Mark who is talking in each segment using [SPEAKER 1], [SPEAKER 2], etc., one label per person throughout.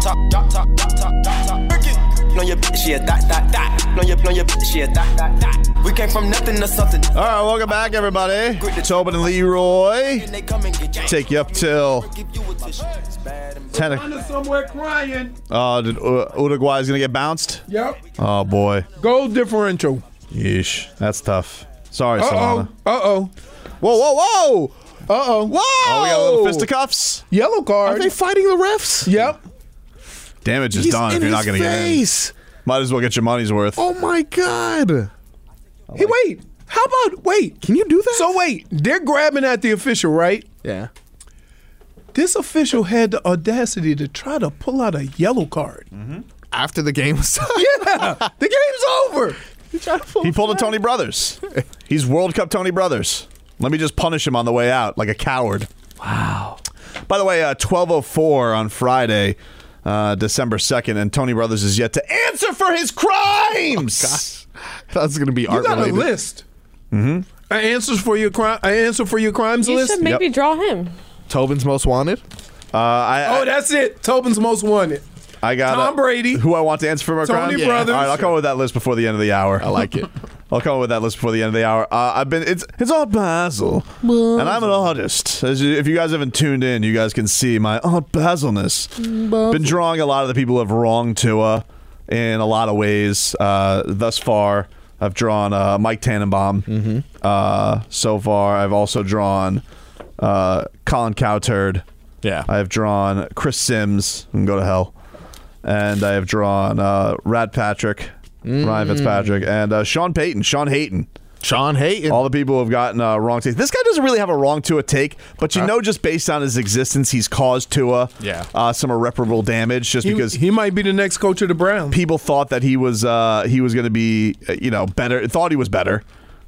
[SPEAKER 1] top, top, top, top, top, top, top. No, your bitch, she a dot, dot, dot. No, your, no, your bitch, she a dot, dot, dot. We came from nothing to something.
[SPEAKER 2] All right, welcome back, everybody. Tobin and Leroy
[SPEAKER 1] And they come and get yanked.
[SPEAKER 2] take you up till
[SPEAKER 1] Give you a tissue. It's bad and
[SPEAKER 2] 10 o'clock.
[SPEAKER 3] Under somewhere crying.
[SPEAKER 2] Uh, did U- Uruguay is going to get bounced?
[SPEAKER 3] Yep.
[SPEAKER 2] Oh, boy.
[SPEAKER 3] Goal differential.
[SPEAKER 2] Yeesh. That's tough. Sorry,
[SPEAKER 3] Uh
[SPEAKER 2] Solana.
[SPEAKER 3] oh. Uh oh.
[SPEAKER 2] Whoa, whoa, whoa.
[SPEAKER 3] Uh oh.
[SPEAKER 2] Whoa. Oh, we got a little fisticuffs.
[SPEAKER 3] Yellow
[SPEAKER 4] Are
[SPEAKER 3] card.
[SPEAKER 4] they fighting the refs?
[SPEAKER 3] yep.
[SPEAKER 2] Damage is
[SPEAKER 4] He's
[SPEAKER 2] done
[SPEAKER 4] in
[SPEAKER 2] if you're not
[SPEAKER 4] his
[SPEAKER 2] going to get in.
[SPEAKER 4] face.
[SPEAKER 2] Might as well get your money's worth.
[SPEAKER 4] Oh my god!
[SPEAKER 3] Hey, wait. How about wait?
[SPEAKER 4] Can you do that?
[SPEAKER 3] So wait, they're grabbing at the official, right?
[SPEAKER 4] yeah.
[SPEAKER 3] This official had the audacity to try to pull out a yellow card.
[SPEAKER 4] Mm-hmm. After the game was done,
[SPEAKER 3] Yeah, the game's over.
[SPEAKER 4] he tried to pull.
[SPEAKER 2] He pulled a Tony Brothers. He's World Cup Tony Brothers. Let me just punish him on the way out like a coward. Wow. By the way, uh, 1204 on Friday, uh, December 2nd, and Tony Brothers is yet to answer for his crimes.
[SPEAKER 4] That's gonna be
[SPEAKER 3] You
[SPEAKER 4] art
[SPEAKER 3] got a
[SPEAKER 4] related.
[SPEAKER 3] list. Mm-hmm. An answers for your crime. An answer for your crimes
[SPEAKER 5] You
[SPEAKER 3] list.
[SPEAKER 5] should maybe
[SPEAKER 2] Yep.
[SPEAKER 5] draw him.
[SPEAKER 4] Tobin's most wanted.
[SPEAKER 2] uh, I,
[SPEAKER 3] oh, that's it. Tobin's most wanted.
[SPEAKER 2] I got
[SPEAKER 3] Tom
[SPEAKER 2] uh,
[SPEAKER 3] Brady.
[SPEAKER 2] Who I want to answer for my
[SPEAKER 3] Tony
[SPEAKER 2] crimes?
[SPEAKER 3] Brothers.
[SPEAKER 2] All right, I'll come up with that list before the end of the hour.
[SPEAKER 4] I like it.
[SPEAKER 2] I'll come up with that list before the end of the hour. Uh, I've been it's it's all Basil, and I'm an artist. As you, if you guys haven't tuned in, you guys can see my Aunt Basilness. Been drawing a lot of the people who have wronged Tua in a lot of ways. Uh, thus far, I've drawn uh, Mike Tannenbaum. Uh, so far, I've also drawn uh, Colin Cowturd.
[SPEAKER 4] Yeah.
[SPEAKER 2] I have drawn Chris Sims. And go to hell. And I have drawn uh, Rad Patrick, Ryan Fitzpatrick, and uh, Sean Payton, Sean Hayton.
[SPEAKER 4] Sean Hayton.
[SPEAKER 2] All the people who have gotten uh, wrong takes. This guy doesn't really have a wrong Tua take, but you know, just based on his existence, he's caused Tua
[SPEAKER 4] Yeah.
[SPEAKER 2] uh, some irreparable damage just
[SPEAKER 3] He,
[SPEAKER 2] because
[SPEAKER 3] he might be the next coach of the Browns.
[SPEAKER 2] people thought that he was uh, he was going to be uh, you know better. Thought he was better.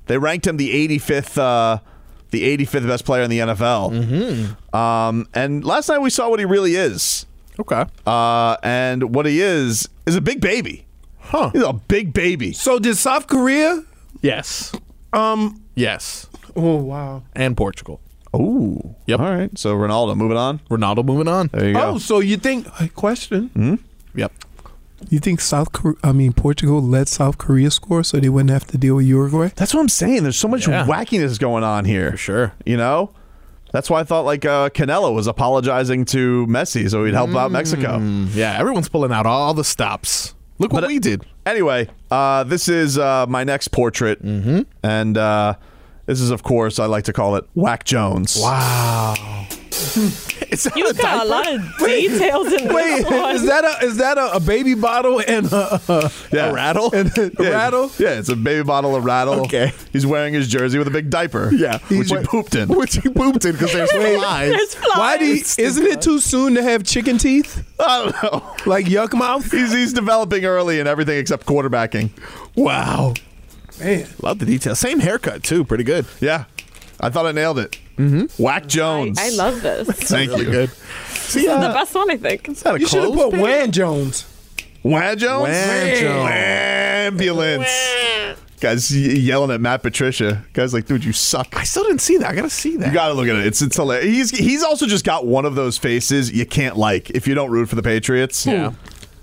[SPEAKER 2] They ranked him the 85th uh, the 85th best player in the NFL. Mm-hmm. Um, and last night we saw what he really is.
[SPEAKER 4] okay.
[SPEAKER 2] Uh, and what he is is a big baby.
[SPEAKER 4] Huh.
[SPEAKER 2] He's a big baby.
[SPEAKER 3] So did South Korea?
[SPEAKER 4] Yes.
[SPEAKER 3] Um.
[SPEAKER 4] Yes.
[SPEAKER 3] Oh wow.
[SPEAKER 4] And Portugal.
[SPEAKER 2] Ooh.
[SPEAKER 4] Yep.
[SPEAKER 2] All right. So Ronaldo, moving on.
[SPEAKER 4] Ronaldo moving on.
[SPEAKER 2] There you go.
[SPEAKER 3] Oh, so you think? hey, Question.
[SPEAKER 4] Yep.
[SPEAKER 3] You think South Korea? I mean, Portugal let South Korea score, so they wouldn't have to deal with Uruguay.
[SPEAKER 2] That's what I'm saying. There's so much
[SPEAKER 4] Yeah.
[SPEAKER 2] wackiness going on here.
[SPEAKER 4] For sure.
[SPEAKER 2] You know? That's why I thought like uh, Canelo was apologizing to Messi so he'd help out Mexico.
[SPEAKER 4] Yeah. Everyone's pulling out all the stops. Look
[SPEAKER 2] uh,
[SPEAKER 4] what we did.
[SPEAKER 2] Anyway, uh, this is uh, my next portrait. Mm-hmm. And uh, this is, of course, I like to call it Whack Jones.
[SPEAKER 4] It's not
[SPEAKER 5] You got a lot of details in this
[SPEAKER 3] Wait,
[SPEAKER 5] one.
[SPEAKER 3] is that a is that a, a baby bottle and a, a,
[SPEAKER 2] Yeah.
[SPEAKER 3] a rattle and a
[SPEAKER 2] Yeah,
[SPEAKER 3] rattle?
[SPEAKER 2] Yeah, it's a baby bottle of rattle.
[SPEAKER 4] Okay.
[SPEAKER 2] He's wearing his jersey with a big diaper.
[SPEAKER 4] Yeah.
[SPEAKER 2] Which he pooped in.
[SPEAKER 4] Which he pooped in because there's
[SPEAKER 5] There's
[SPEAKER 4] flies.
[SPEAKER 5] flies.
[SPEAKER 3] Why do you, isn't it too soon to have chicken teeth
[SPEAKER 2] I don't know.
[SPEAKER 3] like yuck mouth?
[SPEAKER 2] He's, he's developing early in everything except quarterbacking.
[SPEAKER 4] Wow.
[SPEAKER 3] Man,
[SPEAKER 4] Love the details. Same haircut too. Pretty good.
[SPEAKER 2] Yeah. I thought I nailed it. Mm-hmm. Whack
[SPEAKER 5] I,
[SPEAKER 2] Jones.
[SPEAKER 5] I love this. This
[SPEAKER 2] Thank
[SPEAKER 4] Really
[SPEAKER 2] you.
[SPEAKER 4] good. See,
[SPEAKER 5] is the
[SPEAKER 4] uh,
[SPEAKER 5] best one, I think.
[SPEAKER 4] is that a
[SPEAKER 3] you should have
[SPEAKER 4] clothes
[SPEAKER 3] put Wan Jones.
[SPEAKER 2] Wham Jones?
[SPEAKER 4] Wham Jones.
[SPEAKER 2] Ambulance. Guys y- yelling at Matt Patricia. Guys like, dude, you suck.
[SPEAKER 4] I still didn't see that. I gotta see that.
[SPEAKER 2] You gotta look at it. It's it's hilarious. He's he's also just got one of those faces you can't like if you don't root for the Patriots.
[SPEAKER 4] yeah.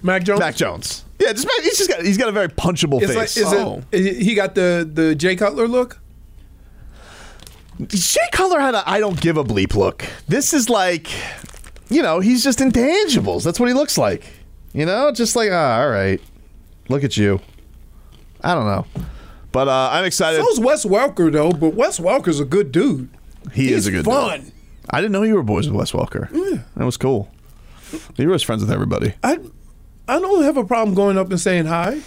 [SPEAKER 3] Mac Jones.
[SPEAKER 2] Mac Jones. Yeah, just Mac, he's just got he's got a very punchable
[SPEAKER 3] It's like,
[SPEAKER 2] face.
[SPEAKER 3] is
[SPEAKER 4] Oh.
[SPEAKER 3] it, he got the the Jay Cutler look.
[SPEAKER 2] Shea Color had a I don't give a bleep look. This is like, you know, he's just intangibles. That's what he looks like. You know, just like, ah, all right, look at you. I don't know. But uh, I'm excited.
[SPEAKER 3] So's Wes Welker though, but Wes Welker's a good dude.
[SPEAKER 2] he
[SPEAKER 3] He's
[SPEAKER 2] is a good
[SPEAKER 3] fun.
[SPEAKER 2] dude. I didn't know you were boys with Wes Welker. That was cool. He was friends with everybody.
[SPEAKER 3] I I don't have a problem going up and saying hi.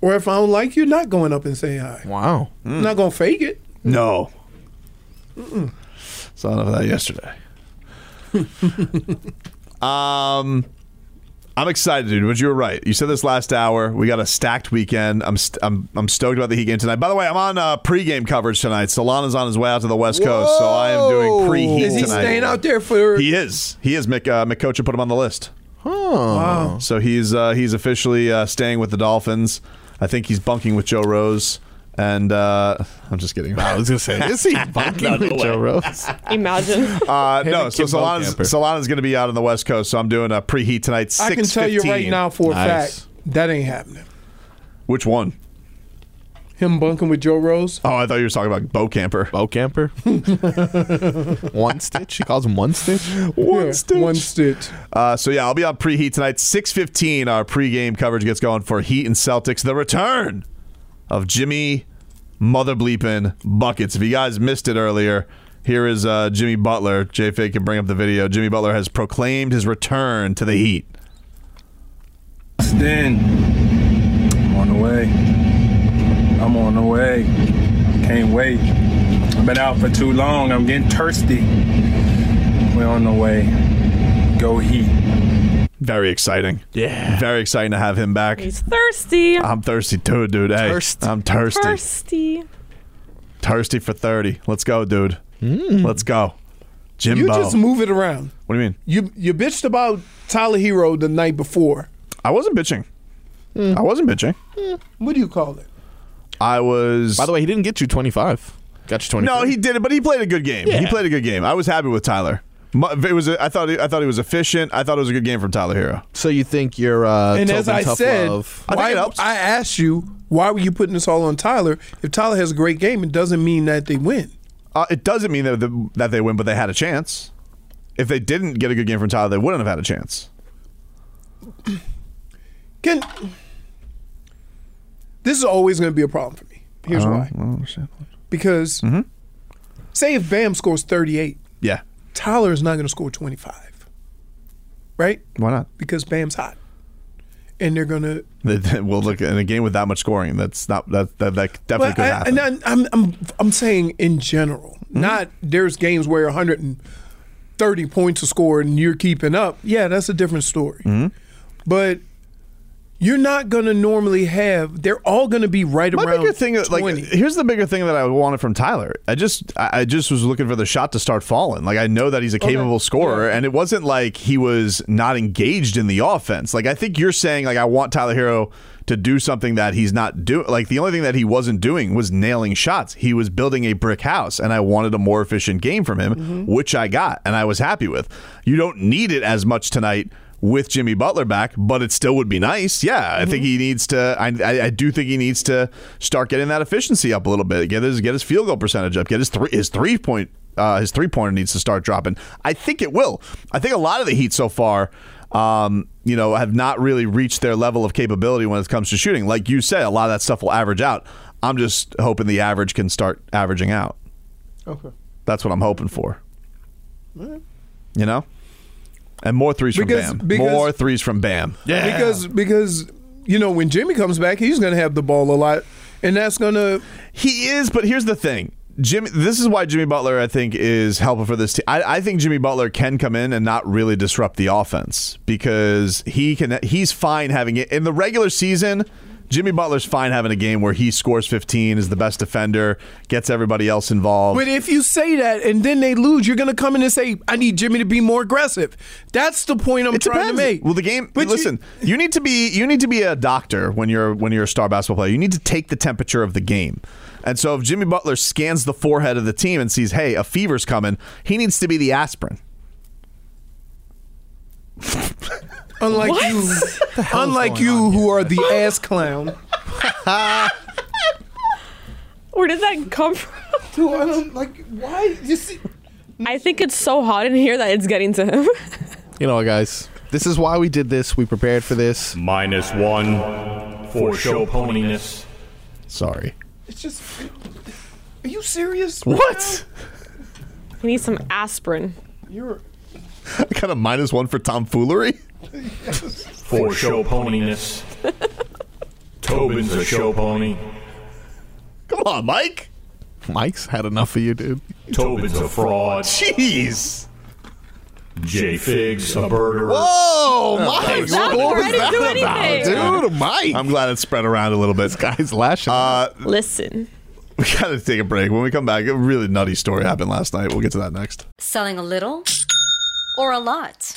[SPEAKER 3] Or if I don't like you, not going up and saying hi.
[SPEAKER 4] Wow.
[SPEAKER 2] Hmm.
[SPEAKER 3] I'm not gonna fake it.
[SPEAKER 2] No. Saw enough of that yesterday. um, I'm excited, dude. But you were right. You said this last hour. We got a stacked weekend. I'm st- I'm, I'm stoked about the Heat game tonight. By the way, I'm on uh, pregame coverage tonight. Solana's on his way out to the West Coast, so I am doing pre-Heat
[SPEAKER 3] Is he
[SPEAKER 2] tonight.
[SPEAKER 3] staying out there for?
[SPEAKER 2] He is. He is. Mick, uh, Mick Kocha put him on the list. Wow. So he's uh, he's officially uh, staying with the Dolphins. I think he's bunking with Joe Rose. And uh, I'm just kidding.
[SPEAKER 4] I was gonna say, is he bunking with Joe Rose?
[SPEAKER 5] Imagine.
[SPEAKER 2] Uh, no, so
[SPEAKER 4] Kimbo
[SPEAKER 2] Solana's,
[SPEAKER 4] Camper.
[SPEAKER 2] Solana's going to be out on the West Coast, so I'm doing a preheat tonight. 6
[SPEAKER 3] I can tell you right now for a
[SPEAKER 4] Nice.
[SPEAKER 3] fact that ain't happening.
[SPEAKER 2] Which one?
[SPEAKER 3] Him bunking with Joe Rose.
[SPEAKER 2] Oh, I thought you were talking about Bo Camper.
[SPEAKER 4] Bo Camper. one stitch. He calls him one stitch.
[SPEAKER 3] One stitch. One stitch.
[SPEAKER 2] Uh, so yeah, I'll be on preheat tonight. 6:15 our pregame coverage gets going for Heat and Celtics. The return of Jimmy Mother Bleepin Buckets. If you guys missed it earlier, here is uh, Jimmy Butler. J-Fake can bring up the video. Jimmy Butler has proclaimed his return to the Heat.
[SPEAKER 6] Then I'm on the way. I'm on the way. Can't wait. I've been out for too long. I'm getting thirsty. We're on the way. Go heat.
[SPEAKER 2] Very exciting. Yeah. Very exciting to have him back.
[SPEAKER 5] He's thirsty.
[SPEAKER 2] I'm thirsty too, dude. Hey,
[SPEAKER 4] Thirst.
[SPEAKER 2] I'm uh, thirsty.
[SPEAKER 5] thirsty.
[SPEAKER 2] Thirsty for 30. Let's go, dude. Let's go. Jimbo.
[SPEAKER 3] You just move it around.
[SPEAKER 2] what do you mean?
[SPEAKER 3] You you bitched about Tyler Hero the night before.
[SPEAKER 2] I wasn't bitching. I wasn't bitching.
[SPEAKER 3] What do you call it?
[SPEAKER 2] I was.
[SPEAKER 4] By the way, he didn't get you twenty five. Got you twenty.
[SPEAKER 2] no, he did it, but he played a good game. He
[SPEAKER 4] Yeah.
[SPEAKER 2] played a good game. I was happy with Tyler. Mu- It was. A, I thought. He, I thought he was efficient. I thought it was a good game from Tyler Hero.
[SPEAKER 4] So you think you're uh,
[SPEAKER 3] And
[SPEAKER 4] Tobin
[SPEAKER 3] as I
[SPEAKER 4] tough
[SPEAKER 3] said,
[SPEAKER 4] love?
[SPEAKER 2] I think
[SPEAKER 3] why,
[SPEAKER 2] it
[SPEAKER 3] I,
[SPEAKER 2] helps.
[SPEAKER 3] asked you why were you putting this all on Tyler? If Tyler has a great game, it doesn't mean that they win.
[SPEAKER 2] Uh, it doesn't mean that the, that they win, but they had a chance. If they didn't get a good game from Tyler, they wouldn't have had a chance.
[SPEAKER 3] Can this is always going to be a problem for me? Here's
[SPEAKER 4] Uh-huh.
[SPEAKER 3] why. Because
[SPEAKER 4] Mm-hmm.
[SPEAKER 3] say if Bam scores 38,
[SPEAKER 2] Yeah.
[SPEAKER 3] Tyler is not going to score 25, right?
[SPEAKER 2] Why not?
[SPEAKER 3] Because Bam's hot, and they're going to
[SPEAKER 2] They- they- well, look in a game with that much scoring, that's not that that, that definitely could
[SPEAKER 3] I,
[SPEAKER 2] happen.
[SPEAKER 3] And I, am I'm, I'm saying in general,
[SPEAKER 2] Hmm?
[SPEAKER 3] not there's games where 130 points are scored and you're keeping up. Yeah, that's a different story.
[SPEAKER 2] Hmm?
[SPEAKER 3] But you're not going to normally have. They're all going to be right
[SPEAKER 2] My
[SPEAKER 3] around
[SPEAKER 2] bigger thing, is,
[SPEAKER 3] 20.
[SPEAKER 2] like, here's the bigger thing that I wanted from Tyler. I just, I I just was looking for the shot to start falling. Like, I know that he's a capable scorer, and it wasn't like he was not engaged in the offense. Like, I think you're saying, like, I want Tyler Hero to do something that he's not doing. Like, the only thing that he wasn't doing was nailing shots. He was building a brick house, and I wanted a more efficient game from him, which I got, and I was happy with. You don't need it as much tonight with Jimmy Butler back, but it still would be nice. Yeah, I think he needs to. I, I, I do think he needs to start getting that efficiency up a little bit. Get his get his field goal percentage up. Get his three his three point uh, his three pointer needs to start dropping. I think it will. I think a lot of the Heat so far. Um, you know, have not really reached their level of capability when it comes to shooting. Like you said, a lot of that stuff will average out. I'm just hoping the average can start averaging out.
[SPEAKER 3] okay.
[SPEAKER 2] That's what I'm hoping for. You know? And more threes
[SPEAKER 3] Because-
[SPEAKER 2] from Bam.
[SPEAKER 3] because-
[SPEAKER 2] more threes from Bam.
[SPEAKER 4] Yeah.
[SPEAKER 3] Because because you know when Jimmy comes back, he's going to have the ball a lot, and that's going to
[SPEAKER 2] He is, but here's the thing. Jimmy, this is why Jimmy Butler, I think, is helpful for this team. I, I think Jimmy Butler can come in and not really disrupt the offense because he can. He's fine having it in the regular season. Jimmy Butler's fine having a game where he scores 15, is the best defender, gets everybody else involved.
[SPEAKER 3] But if you say that and then they lose, you're going to come in and say, "I need Jimmy to be more aggressive." That's the point I'm
[SPEAKER 2] It
[SPEAKER 3] trying
[SPEAKER 2] depends.
[SPEAKER 3] to make.
[SPEAKER 2] Well, the game.
[SPEAKER 3] But you-
[SPEAKER 2] listen, you, need to be you need to be a doctor when you're when you're a star basketball player. You need to take the temperature of the game. And so, if Jimmy Butler scans the forehead of the team and sees, "Hey, a fever's coming," he needs to be the aspirin.
[SPEAKER 3] unlike you, unlike you who are the ass clown.
[SPEAKER 5] Where did that come from?
[SPEAKER 3] Who I don't like. Why? You see,
[SPEAKER 5] I think it's so hot in here that it's getting to him.
[SPEAKER 4] you know, what, guys, this is why we did this. We prepared for this.
[SPEAKER 7] Minus one for show poniness.
[SPEAKER 2] Sorry.
[SPEAKER 3] it's just. Are you serious?
[SPEAKER 2] What?
[SPEAKER 5] I need some aspirin.
[SPEAKER 3] You're.
[SPEAKER 2] kind of minus one for tomfoolery.
[SPEAKER 7] For show poniness. Tobin's a show pony.
[SPEAKER 2] Come on, Mike.
[SPEAKER 4] Mike's had enough of you, dude.
[SPEAKER 7] Tobin's a fraud.
[SPEAKER 2] Jeez.
[SPEAKER 7] J Figs, a birder.
[SPEAKER 2] Oh,
[SPEAKER 4] Whoa, Mike!
[SPEAKER 5] That
[SPEAKER 4] what was
[SPEAKER 5] already
[SPEAKER 4] that
[SPEAKER 5] do
[SPEAKER 4] about,
[SPEAKER 5] anything.
[SPEAKER 4] dude? Mike,
[SPEAKER 2] I'm glad it spread around a little bit. Uh,
[SPEAKER 4] guys, lashing. out.
[SPEAKER 5] Listen.
[SPEAKER 2] We gotta take a break. When we come back, a really nutty story happened last night. We'll get to that next.
[SPEAKER 8] Selling a little or a lot?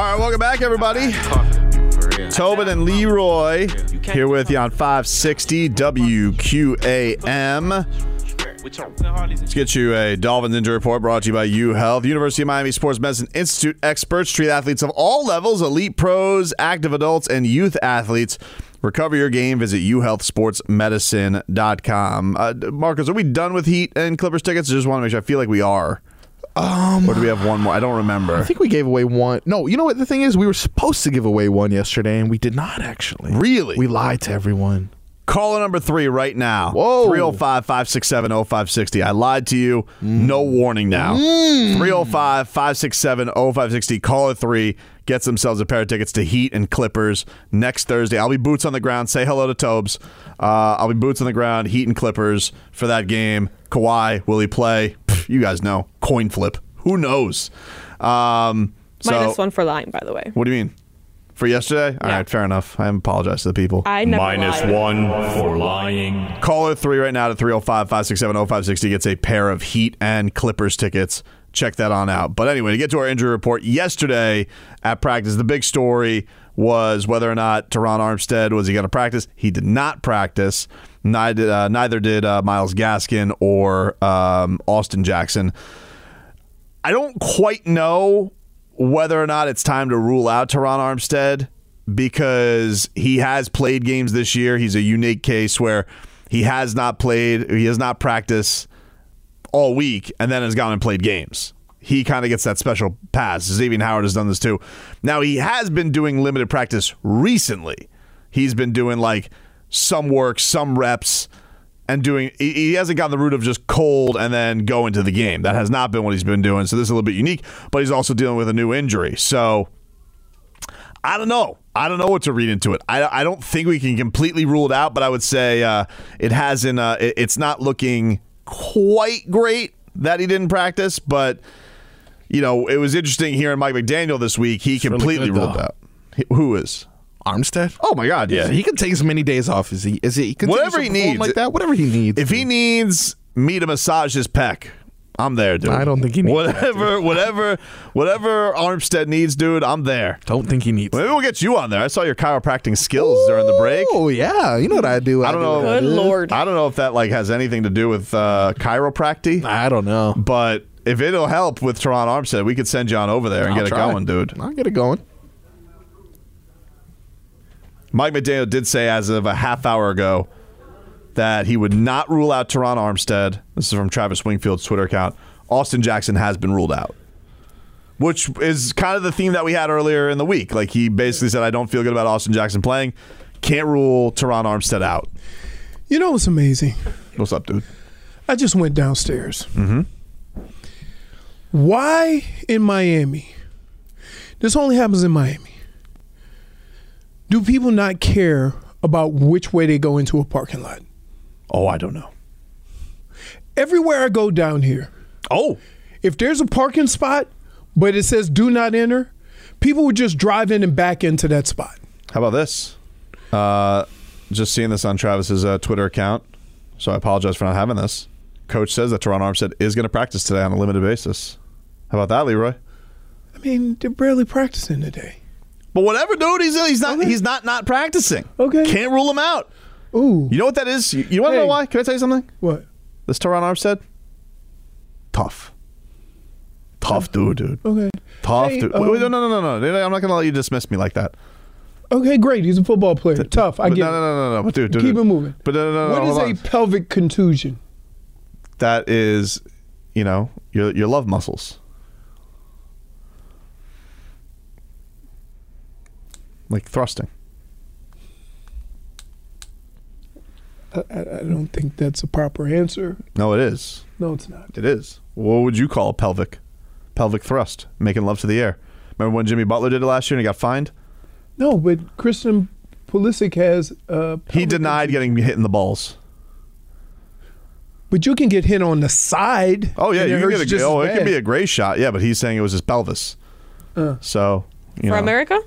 [SPEAKER 2] right, welcome back, everybody. Tobin and Leroy here with you on 560 WQAM. Let's get you a Dolphins injury report brought to you by U Health, University of Miami Sports Medicine Institute experts treat athletes of all levels, elite pros, active adults, and youth athletes. Recover your game. Visit uhealthsportsmedicine.com. Uh, Marcos, are we done with Heat and Clippers tickets? I just want to make sure. I feel like we are. Um, or do we have one more? I don't remember.
[SPEAKER 4] I think we gave away one. No, you know what the thing is? We were supposed to give away one yesterday, and we did not actually.
[SPEAKER 2] Really?
[SPEAKER 4] We lied to everyone.
[SPEAKER 2] Caller number three right now.
[SPEAKER 4] Whoa.
[SPEAKER 2] 305 567 0560. I lied to you. No warning now. 305 567 0560. Caller three gets themselves a pair of tickets to Heat and Clippers next Thursday. I'll be boots on the ground. Say hello to Tobes. Uh, I'll be boots on the ground, Heat and Clippers for that game. Kawhi, will he play? Pff, you guys know. Coin flip. Who knows? Um,
[SPEAKER 5] Minus
[SPEAKER 2] so,
[SPEAKER 5] one for lying, by the way.
[SPEAKER 2] What do you mean? For yesterday? All right, fair enough. I apologize to the people.
[SPEAKER 5] I never
[SPEAKER 7] Minus
[SPEAKER 5] lied.
[SPEAKER 7] one for lying.
[SPEAKER 2] Caller three oh right now to 305 567 0560 oh, gets a pair of Heat and Clippers tickets. Check that on out. But anyway, to get to our injury report, yesterday at practice, the big story was whether or not Teron Armstead was he going to practice. He did not practice. Neither, uh, neither did uh, Miles Gaskin or um, Austin Jackson. I don't quite know whether or not it's time to rule out Teron Armstead because he has played games this year. He's a unique case where he has not played, he has not practiced all week, and then has gone and played games. He kind of gets that special pass. Xavier Howard has done this too. Now he has been doing limited practice recently. He's been doing like some work, some reps, and doing. He, he hasn't gotten the route of just cold and then go into the game. That has not been what he's been doing. So this is a little bit unique. But he's also dealing with a new injury. So I don't know. I don't know what to read into it. I, I don't think we can completely rule it out, but I would say uh, it hasn't. Uh, it- it's not looking quite great that he didn't practice, but you know it was interesting hearing Mike McDaniel this week. He
[SPEAKER 4] really
[SPEAKER 2] completely
[SPEAKER 4] good,
[SPEAKER 2] ruled
[SPEAKER 4] though.
[SPEAKER 2] out. He- Who is?
[SPEAKER 4] Armstead?
[SPEAKER 2] Oh my God! Yeah,
[SPEAKER 4] He can take as many days off as he is. He continues
[SPEAKER 2] Whatever
[SPEAKER 4] to
[SPEAKER 2] he
[SPEAKER 4] perform
[SPEAKER 2] needs.
[SPEAKER 4] like that. Whatever he needs.
[SPEAKER 2] If he needs me to massage his pec, I'm there, dude.
[SPEAKER 4] I don't think he needs that,
[SPEAKER 2] whatever, whatever, whatever Armstead needs, dude. I'm there.
[SPEAKER 4] don't think he needs.
[SPEAKER 2] Maybe we'll get you on there. I saw your chiropractic skills during the break.
[SPEAKER 4] Oh yeah, you know what I do.
[SPEAKER 2] I don't
[SPEAKER 4] do
[SPEAKER 2] know.
[SPEAKER 4] what I
[SPEAKER 5] Good
[SPEAKER 4] do.
[SPEAKER 5] lord.
[SPEAKER 2] I don't know if that like has anything to do with uh, chiropractic,
[SPEAKER 4] I don't know.
[SPEAKER 2] but if it'll help with Teron Armstead, we could send John over there and
[SPEAKER 4] I'll
[SPEAKER 2] get
[SPEAKER 4] try.
[SPEAKER 2] it going, dude.
[SPEAKER 4] I'll get it going.
[SPEAKER 2] Mike McDaniel did say as of a half hour ago that he would not rule out Teron Armstead. This is from Travis Wingfield's Twitter account. Austin Jackson has been ruled out, which is kind of the theme that we had earlier in the week. Like he basically said, I don't feel good about Austin Jackson playing. Can't rule Teron Armstead out.
[SPEAKER 3] You know what's amazing?
[SPEAKER 2] What's up, dude?
[SPEAKER 3] I just went downstairs.
[SPEAKER 2] Mm-hmm.
[SPEAKER 3] Why in Miami? This only happens in Miami. Do people not care about which way they go into a parking lot?
[SPEAKER 2] Oh, I don't know.
[SPEAKER 3] Everywhere I go down here,
[SPEAKER 2] oh,
[SPEAKER 3] if there's a parking spot but it says do not enter, people would just drive in and back into that spot.
[SPEAKER 2] How about this? Uh, just seeing this on Travis's uh, Twitter account, so I apologize for not having this. Coach says that Toronto Armstead is going to practice today on a limited basis. How about that, Leroy?
[SPEAKER 3] I mean, they're barely practicing today.
[SPEAKER 2] But whatever, dude, he's he's not he's not not practicing.
[SPEAKER 3] Okay.
[SPEAKER 2] Can't rule him out.
[SPEAKER 3] Ooh.
[SPEAKER 2] You know what that is? You, you want to
[SPEAKER 3] Hey.
[SPEAKER 2] know why? Can I tell you something?
[SPEAKER 3] What?
[SPEAKER 2] This Teron Armstead, tough, tough dude, dude,
[SPEAKER 3] Okay.
[SPEAKER 2] tough
[SPEAKER 3] Hey,
[SPEAKER 2] dude. Wait, wait, no,
[SPEAKER 3] um,
[SPEAKER 2] no, no, no, no. I'm not gonna let you dismiss me like that.
[SPEAKER 3] Okay, great. He's a football player. Tough. I
[SPEAKER 2] But
[SPEAKER 3] get
[SPEAKER 2] no, no, no,
[SPEAKER 3] it.
[SPEAKER 2] no, no. But dude, dude,
[SPEAKER 3] Keep
[SPEAKER 2] dude.
[SPEAKER 3] it moving.
[SPEAKER 2] But no, no, no.
[SPEAKER 3] What
[SPEAKER 2] no,
[SPEAKER 3] is
[SPEAKER 2] hold on.
[SPEAKER 3] a pelvic contusion?
[SPEAKER 2] that is, you know, your your love muscles. Like thrusting.
[SPEAKER 3] I, I, I don't think that's a proper answer.
[SPEAKER 2] No, it is.
[SPEAKER 3] No, it's not.
[SPEAKER 2] It is. What would you call pelvic? Pelvic thrust, making love to the air. Remember when Jimmy Butler did it last year and he got fined?
[SPEAKER 3] No, but Christian Pulisic has. Uh,
[SPEAKER 2] He denied getting hit in the balls.
[SPEAKER 3] but you can get hit on the side.
[SPEAKER 2] Oh yeah,
[SPEAKER 3] and
[SPEAKER 2] you
[SPEAKER 3] it
[SPEAKER 2] can
[SPEAKER 3] hurts
[SPEAKER 2] get
[SPEAKER 3] just
[SPEAKER 2] a, oh,
[SPEAKER 3] as
[SPEAKER 2] it can
[SPEAKER 3] bad.
[SPEAKER 2] be a gray shot. Yeah, but he's saying it was his pelvis.
[SPEAKER 3] Uh.
[SPEAKER 2] So you
[SPEAKER 5] For
[SPEAKER 2] know,
[SPEAKER 5] America?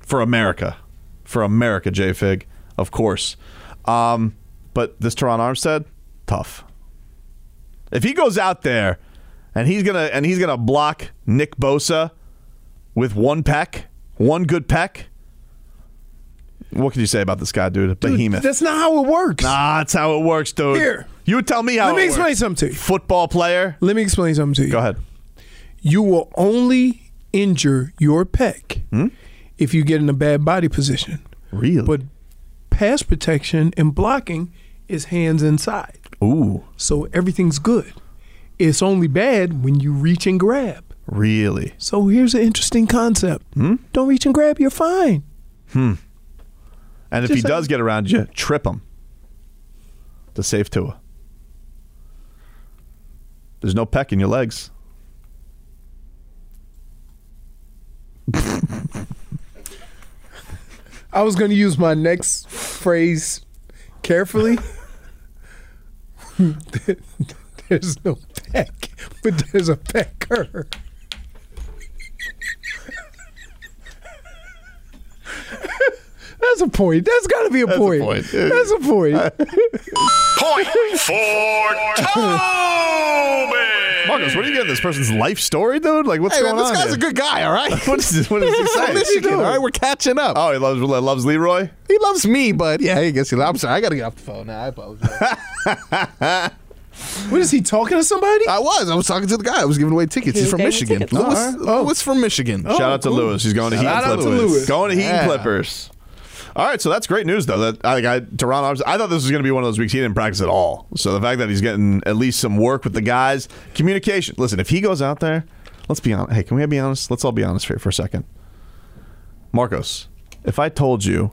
[SPEAKER 2] for America, for America, J Fig, of course. Um, but this Teron Armstead, tough. If he goes out there and he's gonna and he's gonna block Nick Bosa with one peck, one good peck. What can you say about this guy, dude? Behemoth.
[SPEAKER 3] That's not how it works.
[SPEAKER 2] nah, that's how it works, dude.
[SPEAKER 3] Here.
[SPEAKER 2] you would tell me how.
[SPEAKER 3] Let me
[SPEAKER 2] it
[SPEAKER 3] explain
[SPEAKER 2] works.
[SPEAKER 3] something to you.
[SPEAKER 2] Football player.
[SPEAKER 3] Let me explain something to you.
[SPEAKER 2] Go ahead.
[SPEAKER 3] You will only injure your pec
[SPEAKER 2] Hmm?
[SPEAKER 3] if you get in a bad body position.
[SPEAKER 2] Really?
[SPEAKER 3] But pass protection and blocking is hands inside.
[SPEAKER 2] Ooh,
[SPEAKER 3] So everything's good. It's only bad when you reach and grab.
[SPEAKER 2] really?
[SPEAKER 3] So here's an interesting concept. Don't reach and grab, you're fine.
[SPEAKER 2] And if
[SPEAKER 3] Just
[SPEAKER 2] he
[SPEAKER 3] saying.
[SPEAKER 2] does get around you, trip him. The safe Tua. There's no peck in your legs.
[SPEAKER 3] I was going to use my next phrase carefully. there's no peck, but there's a pecker. That's a point. That's got to be a point.
[SPEAKER 2] point.
[SPEAKER 3] That's a point.
[SPEAKER 7] Point for Toby.
[SPEAKER 2] Marcus, what are you getting? This person's life story, dude? Like, what's
[SPEAKER 4] Hey,
[SPEAKER 2] going
[SPEAKER 4] man, this
[SPEAKER 2] on?
[SPEAKER 4] guy's
[SPEAKER 2] here?
[SPEAKER 4] a good guy, all right?
[SPEAKER 2] What is this? What is he saying?
[SPEAKER 4] From Michigan, all right? We're catching up.
[SPEAKER 2] Oh, he loves loves Leroy.
[SPEAKER 4] He loves me, but yeah, I guess he loves. I'm sorry, I gotta get off the phone now. I apologize.
[SPEAKER 3] What is he talking to somebody?
[SPEAKER 4] I was. I was talking to the guy. I was giving away tickets. He's
[SPEAKER 5] Who
[SPEAKER 4] from
[SPEAKER 5] gave you
[SPEAKER 4] Michigan.
[SPEAKER 5] tickets?
[SPEAKER 4] Louis,
[SPEAKER 2] All Oh.
[SPEAKER 4] Louis from Michigan.
[SPEAKER 2] Shout out to Lewis. He's going to
[SPEAKER 4] Oh, Shout
[SPEAKER 2] Heat
[SPEAKER 4] out to
[SPEAKER 2] Clippers.
[SPEAKER 4] Lewis.
[SPEAKER 2] Going to Heat
[SPEAKER 4] Yeah.
[SPEAKER 2] Clippers. All right, so that's great news though. That I think I Teron Arms. I thought this was going to be one of those weeks he didn't practice at all. So the fact that he's getting at least some work with the guys, communication. Listen, if he goes out there, let's be honest. Hey, can we be honest? Let's all be honest here for a second. Marcos, if I told you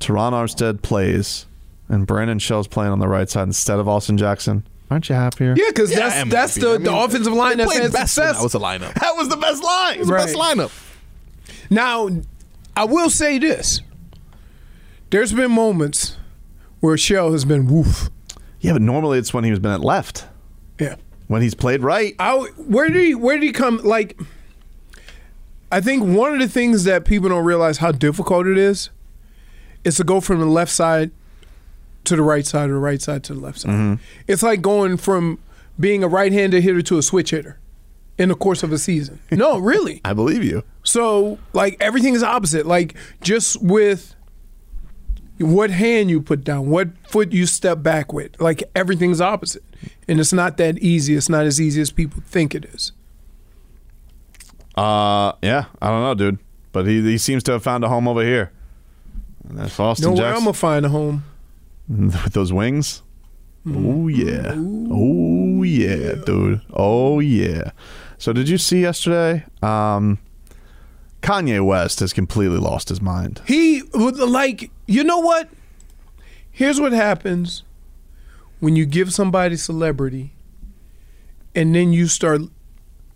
[SPEAKER 2] Teron Armstead plays and Brandon Shell's playing on the right side instead of Austin Jackson, aren't you happier?
[SPEAKER 3] Yeah, because
[SPEAKER 4] Yeah,
[SPEAKER 3] that's
[SPEAKER 4] MLB.
[SPEAKER 3] that's the,
[SPEAKER 4] I mean,
[SPEAKER 3] the offensive line
[SPEAKER 4] they
[SPEAKER 3] that's
[SPEAKER 4] played
[SPEAKER 3] had
[SPEAKER 4] best when
[SPEAKER 3] success.
[SPEAKER 4] That was the lineup.
[SPEAKER 2] That was the best line.
[SPEAKER 3] Right.
[SPEAKER 4] Best lineup.
[SPEAKER 3] Now, I will say this: there's been moments where Shell has been woof.
[SPEAKER 2] Yeah, but normally it's when he was been at left.
[SPEAKER 3] Yeah.
[SPEAKER 2] When he's played right,
[SPEAKER 3] I where did he where did he come like? I think one of the things that people don't realize how difficult it is is to go from the left side to the right side or the right side to the left side. It's like going from being a right-handed hitter to a switch hitter in the course of a season. No, really.
[SPEAKER 2] I believe you.
[SPEAKER 3] So like everything is opposite. Like just with what hand you put down, what foot you step back with, like everything's opposite. And it's not that easy. It's not as easy as people think it is.
[SPEAKER 2] Uh, yeah, I don't know, dude, but he he seems to have found a home over here. And that's Austin
[SPEAKER 3] Know where I'm
[SPEAKER 2] Jackson.
[SPEAKER 3] gonna find a home.
[SPEAKER 2] With those wings? Oh, yeah. Oh, yeah, dude. Oh, yeah. So, did you see yesterday? Um, Kanye West has completely lost his mind.
[SPEAKER 3] He would like you know what? Here's what happens when you give somebody celebrity and then you start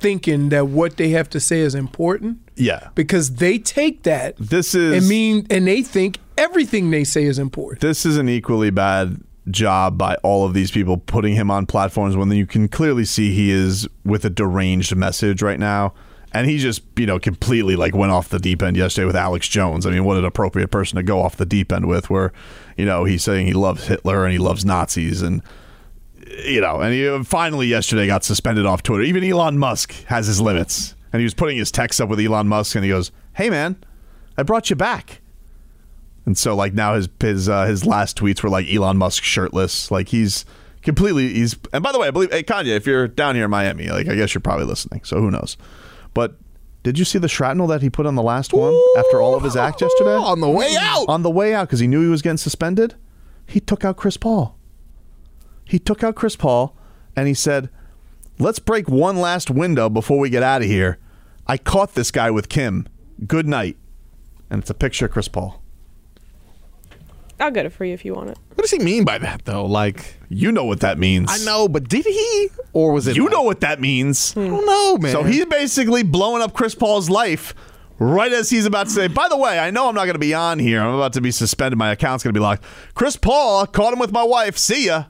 [SPEAKER 3] thinking that what they have to say is important
[SPEAKER 2] Yeah.
[SPEAKER 3] because they take that
[SPEAKER 2] This is.
[SPEAKER 3] and mean and they think everything they say is important.
[SPEAKER 2] This is an equally bad job by all of these people putting him on platforms when you can clearly see he is with a deranged message right now. And he just, you know, completely like went off the deep end yesterday with Alex Jones. I mean, what an appropriate person to go off the deep end with, where, you know, he's saying he loves Hitler and he loves Nazis and, you know, and he uh, finally yesterday got suspended off Twitter. Even Elon Musk has his limits. And he was putting his text up with Elon Musk and he goes, Hey, man, I brought you back. And so like now his his uh, his last tweets were like Elon Musk shirtless. Like he's completely he's and by the way, I believe hey Kanye, if you're down here in Miami, like I guess you're probably listening, so who knows. But did you see the shrapnel that he put on the last one after all of his act yesterday?
[SPEAKER 4] On the way out.
[SPEAKER 2] On the way out, because he knew he was getting suspended, he took out Chris Paul. He took out Chris Paul and he said, Let's break one last window before we get out of here. I caught this guy with Kim. Good night. And it's a picture of Chris Paul.
[SPEAKER 5] I'll get it for you if you want it.
[SPEAKER 4] What does he mean by that though? Like
[SPEAKER 2] You know what that means.
[SPEAKER 4] I know, Hmm. but did he or was it?
[SPEAKER 2] You
[SPEAKER 4] like-
[SPEAKER 2] know what that means.
[SPEAKER 4] I don't know, man.
[SPEAKER 2] So he's basically blowing up Chris Paul's life right as he's about to say, by the way, I know I'm not going to be on here. I'm about to be suspended. My account's going to be locked. Chris Paul caught him with my wife. See ya.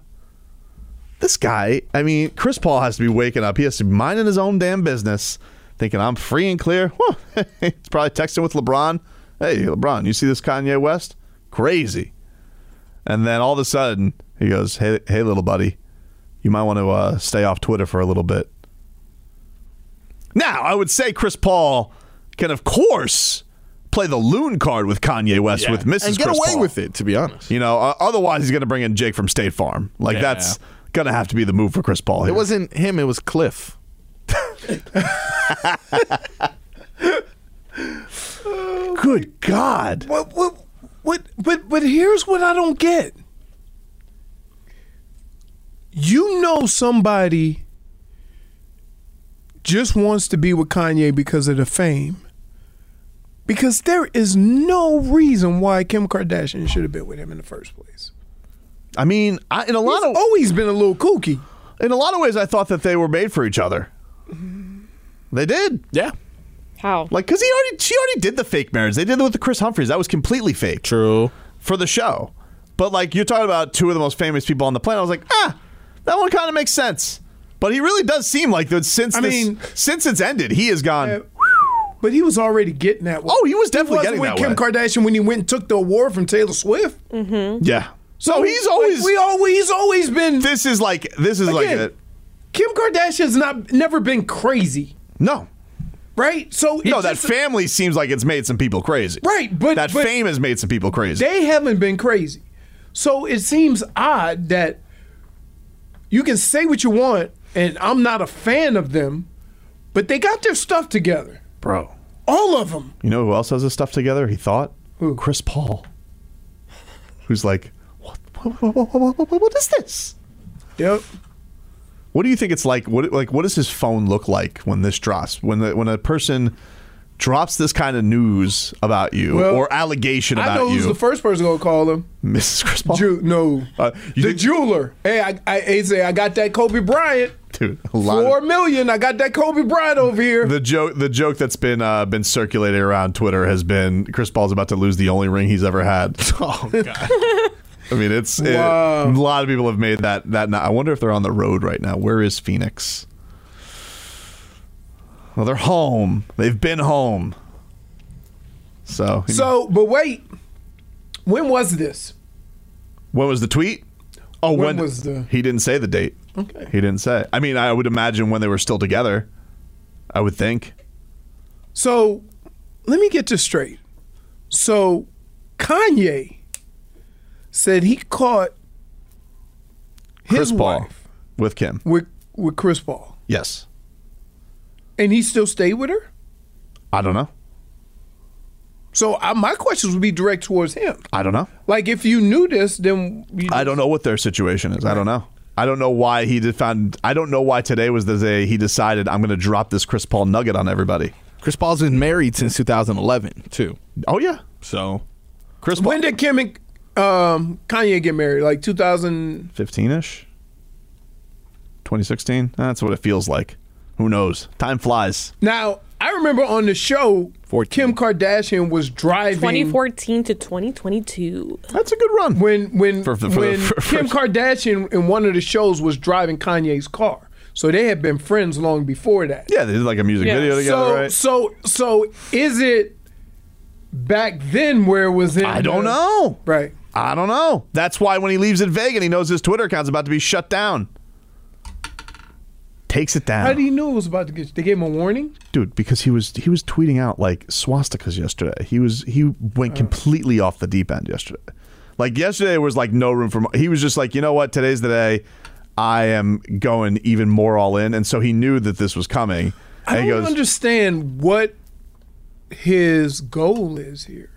[SPEAKER 2] This guy, I mean, Chris Paul has to be waking up. He has to be minding his own damn business, thinking I'm free and clear. Whew. he's probably texting with LeBron. Hey, LeBron, you see this Kanye West? Crazy. And then all of a sudden, he goes, "Hey, hey, little buddy, you might want to uh, stay off Twitter for a little bit." Now, I would say Chris Paul can, of course, play the loon card with Kanye West with Mrs.
[SPEAKER 4] and get
[SPEAKER 2] Chris
[SPEAKER 4] away
[SPEAKER 2] Paul.
[SPEAKER 4] with it. To be honest,
[SPEAKER 2] You know, uh, otherwise he's going to bring in Jake from State Farm. Like
[SPEAKER 4] Yeah.
[SPEAKER 2] that's going to have to be the move for Chris Paul.
[SPEAKER 4] it
[SPEAKER 2] Here.
[SPEAKER 4] wasn't him. It was Cliff.
[SPEAKER 2] good God.
[SPEAKER 3] What what what but but here's what I don't get. You know somebody just wants to be with Kanye because of the fame. Because there is no reason why Kim Kardashian should have been with him in the first place.
[SPEAKER 2] I mean, I, in a lot
[SPEAKER 3] He's
[SPEAKER 2] of
[SPEAKER 3] always been a little kooky.
[SPEAKER 2] in a lot of ways, I thought that they were made for each other. They did.
[SPEAKER 4] Yeah,
[SPEAKER 5] How?
[SPEAKER 2] Like, cause he already, she already did the fake marriage. They did it with the Chris Humphries. That was completely fake.
[SPEAKER 4] true.
[SPEAKER 2] for the show. But like you're talking about two of the most famous people on the planet, I was like, ah, that one kind of makes sense. But he really does seem like that since
[SPEAKER 3] I
[SPEAKER 2] this,
[SPEAKER 3] mean-
[SPEAKER 2] since it's ended, he has gone.
[SPEAKER 3] But he was already getting that way.
[SPEAKER 2] oh, he was definitely
[SPEAKER 3] wasn't
[SPEAKER 2] getting
[SPEAKER 3] with
[SPEAKER 2] that
[SPEAKER 3] Kim
[SPEAKER 2] way.
[SPEAKER 3] Kardashian when he went and took the award from Taylor Swift.
[SPEAKER 2] yeah. So he's always.
[SPEAKER 3] Like, uh, we always he's always been
[SPEAKER 2] this is like this is like
[SPEAKER 3] Again.
[SPEAKER 2] a,
[SPEAKER 3] Kim Kardashian's not never been crazy,
[SPEAKER 2] no.
[SPEAKER 3] right? So
[SPEAKER 2] No,
[SPEAKER 3] it's
[SPEAKER 2] that
[SPEAKER 3] just-
[SPEAKER 2] family seems like it's made some people crazy.
[SPEAKER 3] Right, but-
[SPEAKER 2] that
[SPEAKER 3] but-
[SPEAKER 2] fame has made some people crazy.
[SPEAKER 3] they haven't been crazy. So it seems odd that you can say what you want, and I'm not a fan of them, but they got their stuff together,
[SPEAKER 2] Bro,
[SPEAKER 3] all of them.
[SPEAKER 2] you know who else has this stuff together? He thought
[SPEAKER 3] Who?
[SPEAKER 2] Chris Paul, who's like, what, what, what, what, what, what is this?
[SPEAKER 3] Yep.
[SPEAKER 2] What do you think it's like? What like what does his phone look like when this drops? When the, when a person drops this kind of news about you
[SPEAKER 3] Well,
[SPEAKER 2] or allegation about
[SPEAKER 3] I know
[SPEAKER 2] you,
[SPEAKER 3] who's the first person gonna call him.
[SPEAKER 2] Mrs. Chris Paul,
[SPEAKER 3] Ju- no,
[SPEAKER 2] Uh, you
[SPEAKER 3] the
[SPEAKER 2] think-
[SPEAKER 3] jeweler. Hey, I, I, hey, say I got that Kobe Bryant.
[SPEAKER 2] dude, a lot
[SPEAKER 3] Four
[SPEAKER 2] of-
[SPEAKER 3] million. I got that Kobe Bryant over here.
[SPEAKER 2] the joke the joke that's been uh, been circulating around Twitter has been Chris Paul's about to lose the only ring he's ever had. Oh god. I mean, it's it-
[SPEAKER 3] Wow.
[SPEAKER 2] a lot of people have made that that. Not, I wonder if they're on the road right now. Where is Phoenix? Well, they're home. They've been home. So,
[SPEAKER 3] so, but wait, when was this?
[SPEAKER 2] When was the tweet? Oh, when,
[SPEAKER 3] When was the-
[SPEAKER 2] He didn't say the date.
[SPEAKER 3] Okay.
[SPEAKER 2] He didn't say. I mean, I would imagine when they were still together. I would think.
[SPEAKER 3] So let me get this straight. So Kanye said he caught
[SPEAKER 2] Chris
[SPEAKER 3] his
[SPEAKER 2] Paul
[SPEAKER 3] wife
[SPEAKER 2] with Kim.
[SPEAKER 3] with with Chris Paul,
[SPEAKER 2] Yes.
[SPEAKER 3] and he still stayed with her.
[SPEAKER 2] I don't know.
[SPEAKER 3] So I, my questions would be direct towards him.
[SPEAKER 2] I don't know.
[SPEAKER 3] Like if you knew this, then you,
[SPEAKER 2] I don't know what their situation is. I don't know. I don't know why he did found. I don't know why today was the day he decided I'm going to drop this Chris Paul nugget on everybody.
[SPEAKER 4] Chris Paul's been married since 2011 too.
[SPEAKER 2] Oh yeah.
[SPEAKER 4] So
[SPEAKER 3] Chris Paul. When did Kim and um, Kanye get married? Like 2000.
[SPEAKER 2] 15 ish, 2016. That's what it feels like. Who knows? Time flies.
[SPEAKER 3] Now I remember on the show,
[SPEAKER 4] 14.
[SPEAKER 3] Kim Kardashian was driving.
[SPEAKER 5] 2014 to 2022.
[SPEAKER 2] That's a good run.
[SPEAKER 3] when when
[SPEAKER 2] For- for- for-
[SPEAKER 3] when
[SPEAKER 2] for- for-
[SPEAKER 3] Kim Kardashian in one of the shows was driving Kanye's car. So they had been friends long before that.
[SPEAKER 2] Yeah, they did like a music
[SPEAKER 5] Yeah.
[SPEAKER 2] video together,
[SPEAKER 3] so
[SPEAKER 2] right?
[SPEAKER 3] so so is it back then where it was in
[SPEAKER 2] I don't
[SPEAKER 3] the-
[SPEAKER 2] know.
[SPEAKER 3] Right.
[SPEAKER 2] I don't know. That's why when he leaves in Vegas, he knows his Twitter account's about to be shut down. Takes it down,
[SPEAKER 3] How do you know it was about to get they gave him a warning?
[SPEAKER 2] dude. Because he was he was tweeting out like swastikas yesterday. He was he
[SPEAKER 3] Oh.
[SPEAKER 2] went completely off the deep end yesterday. Like yesterday was like no room for. mo- He was just like you know what today's the day. I am going even more all in, and so he knew that this was coming. and
[SPEAKER 3] I don't
[SPEAKER 2] he goes,
[SPEAKER 3] understand what his goal is here.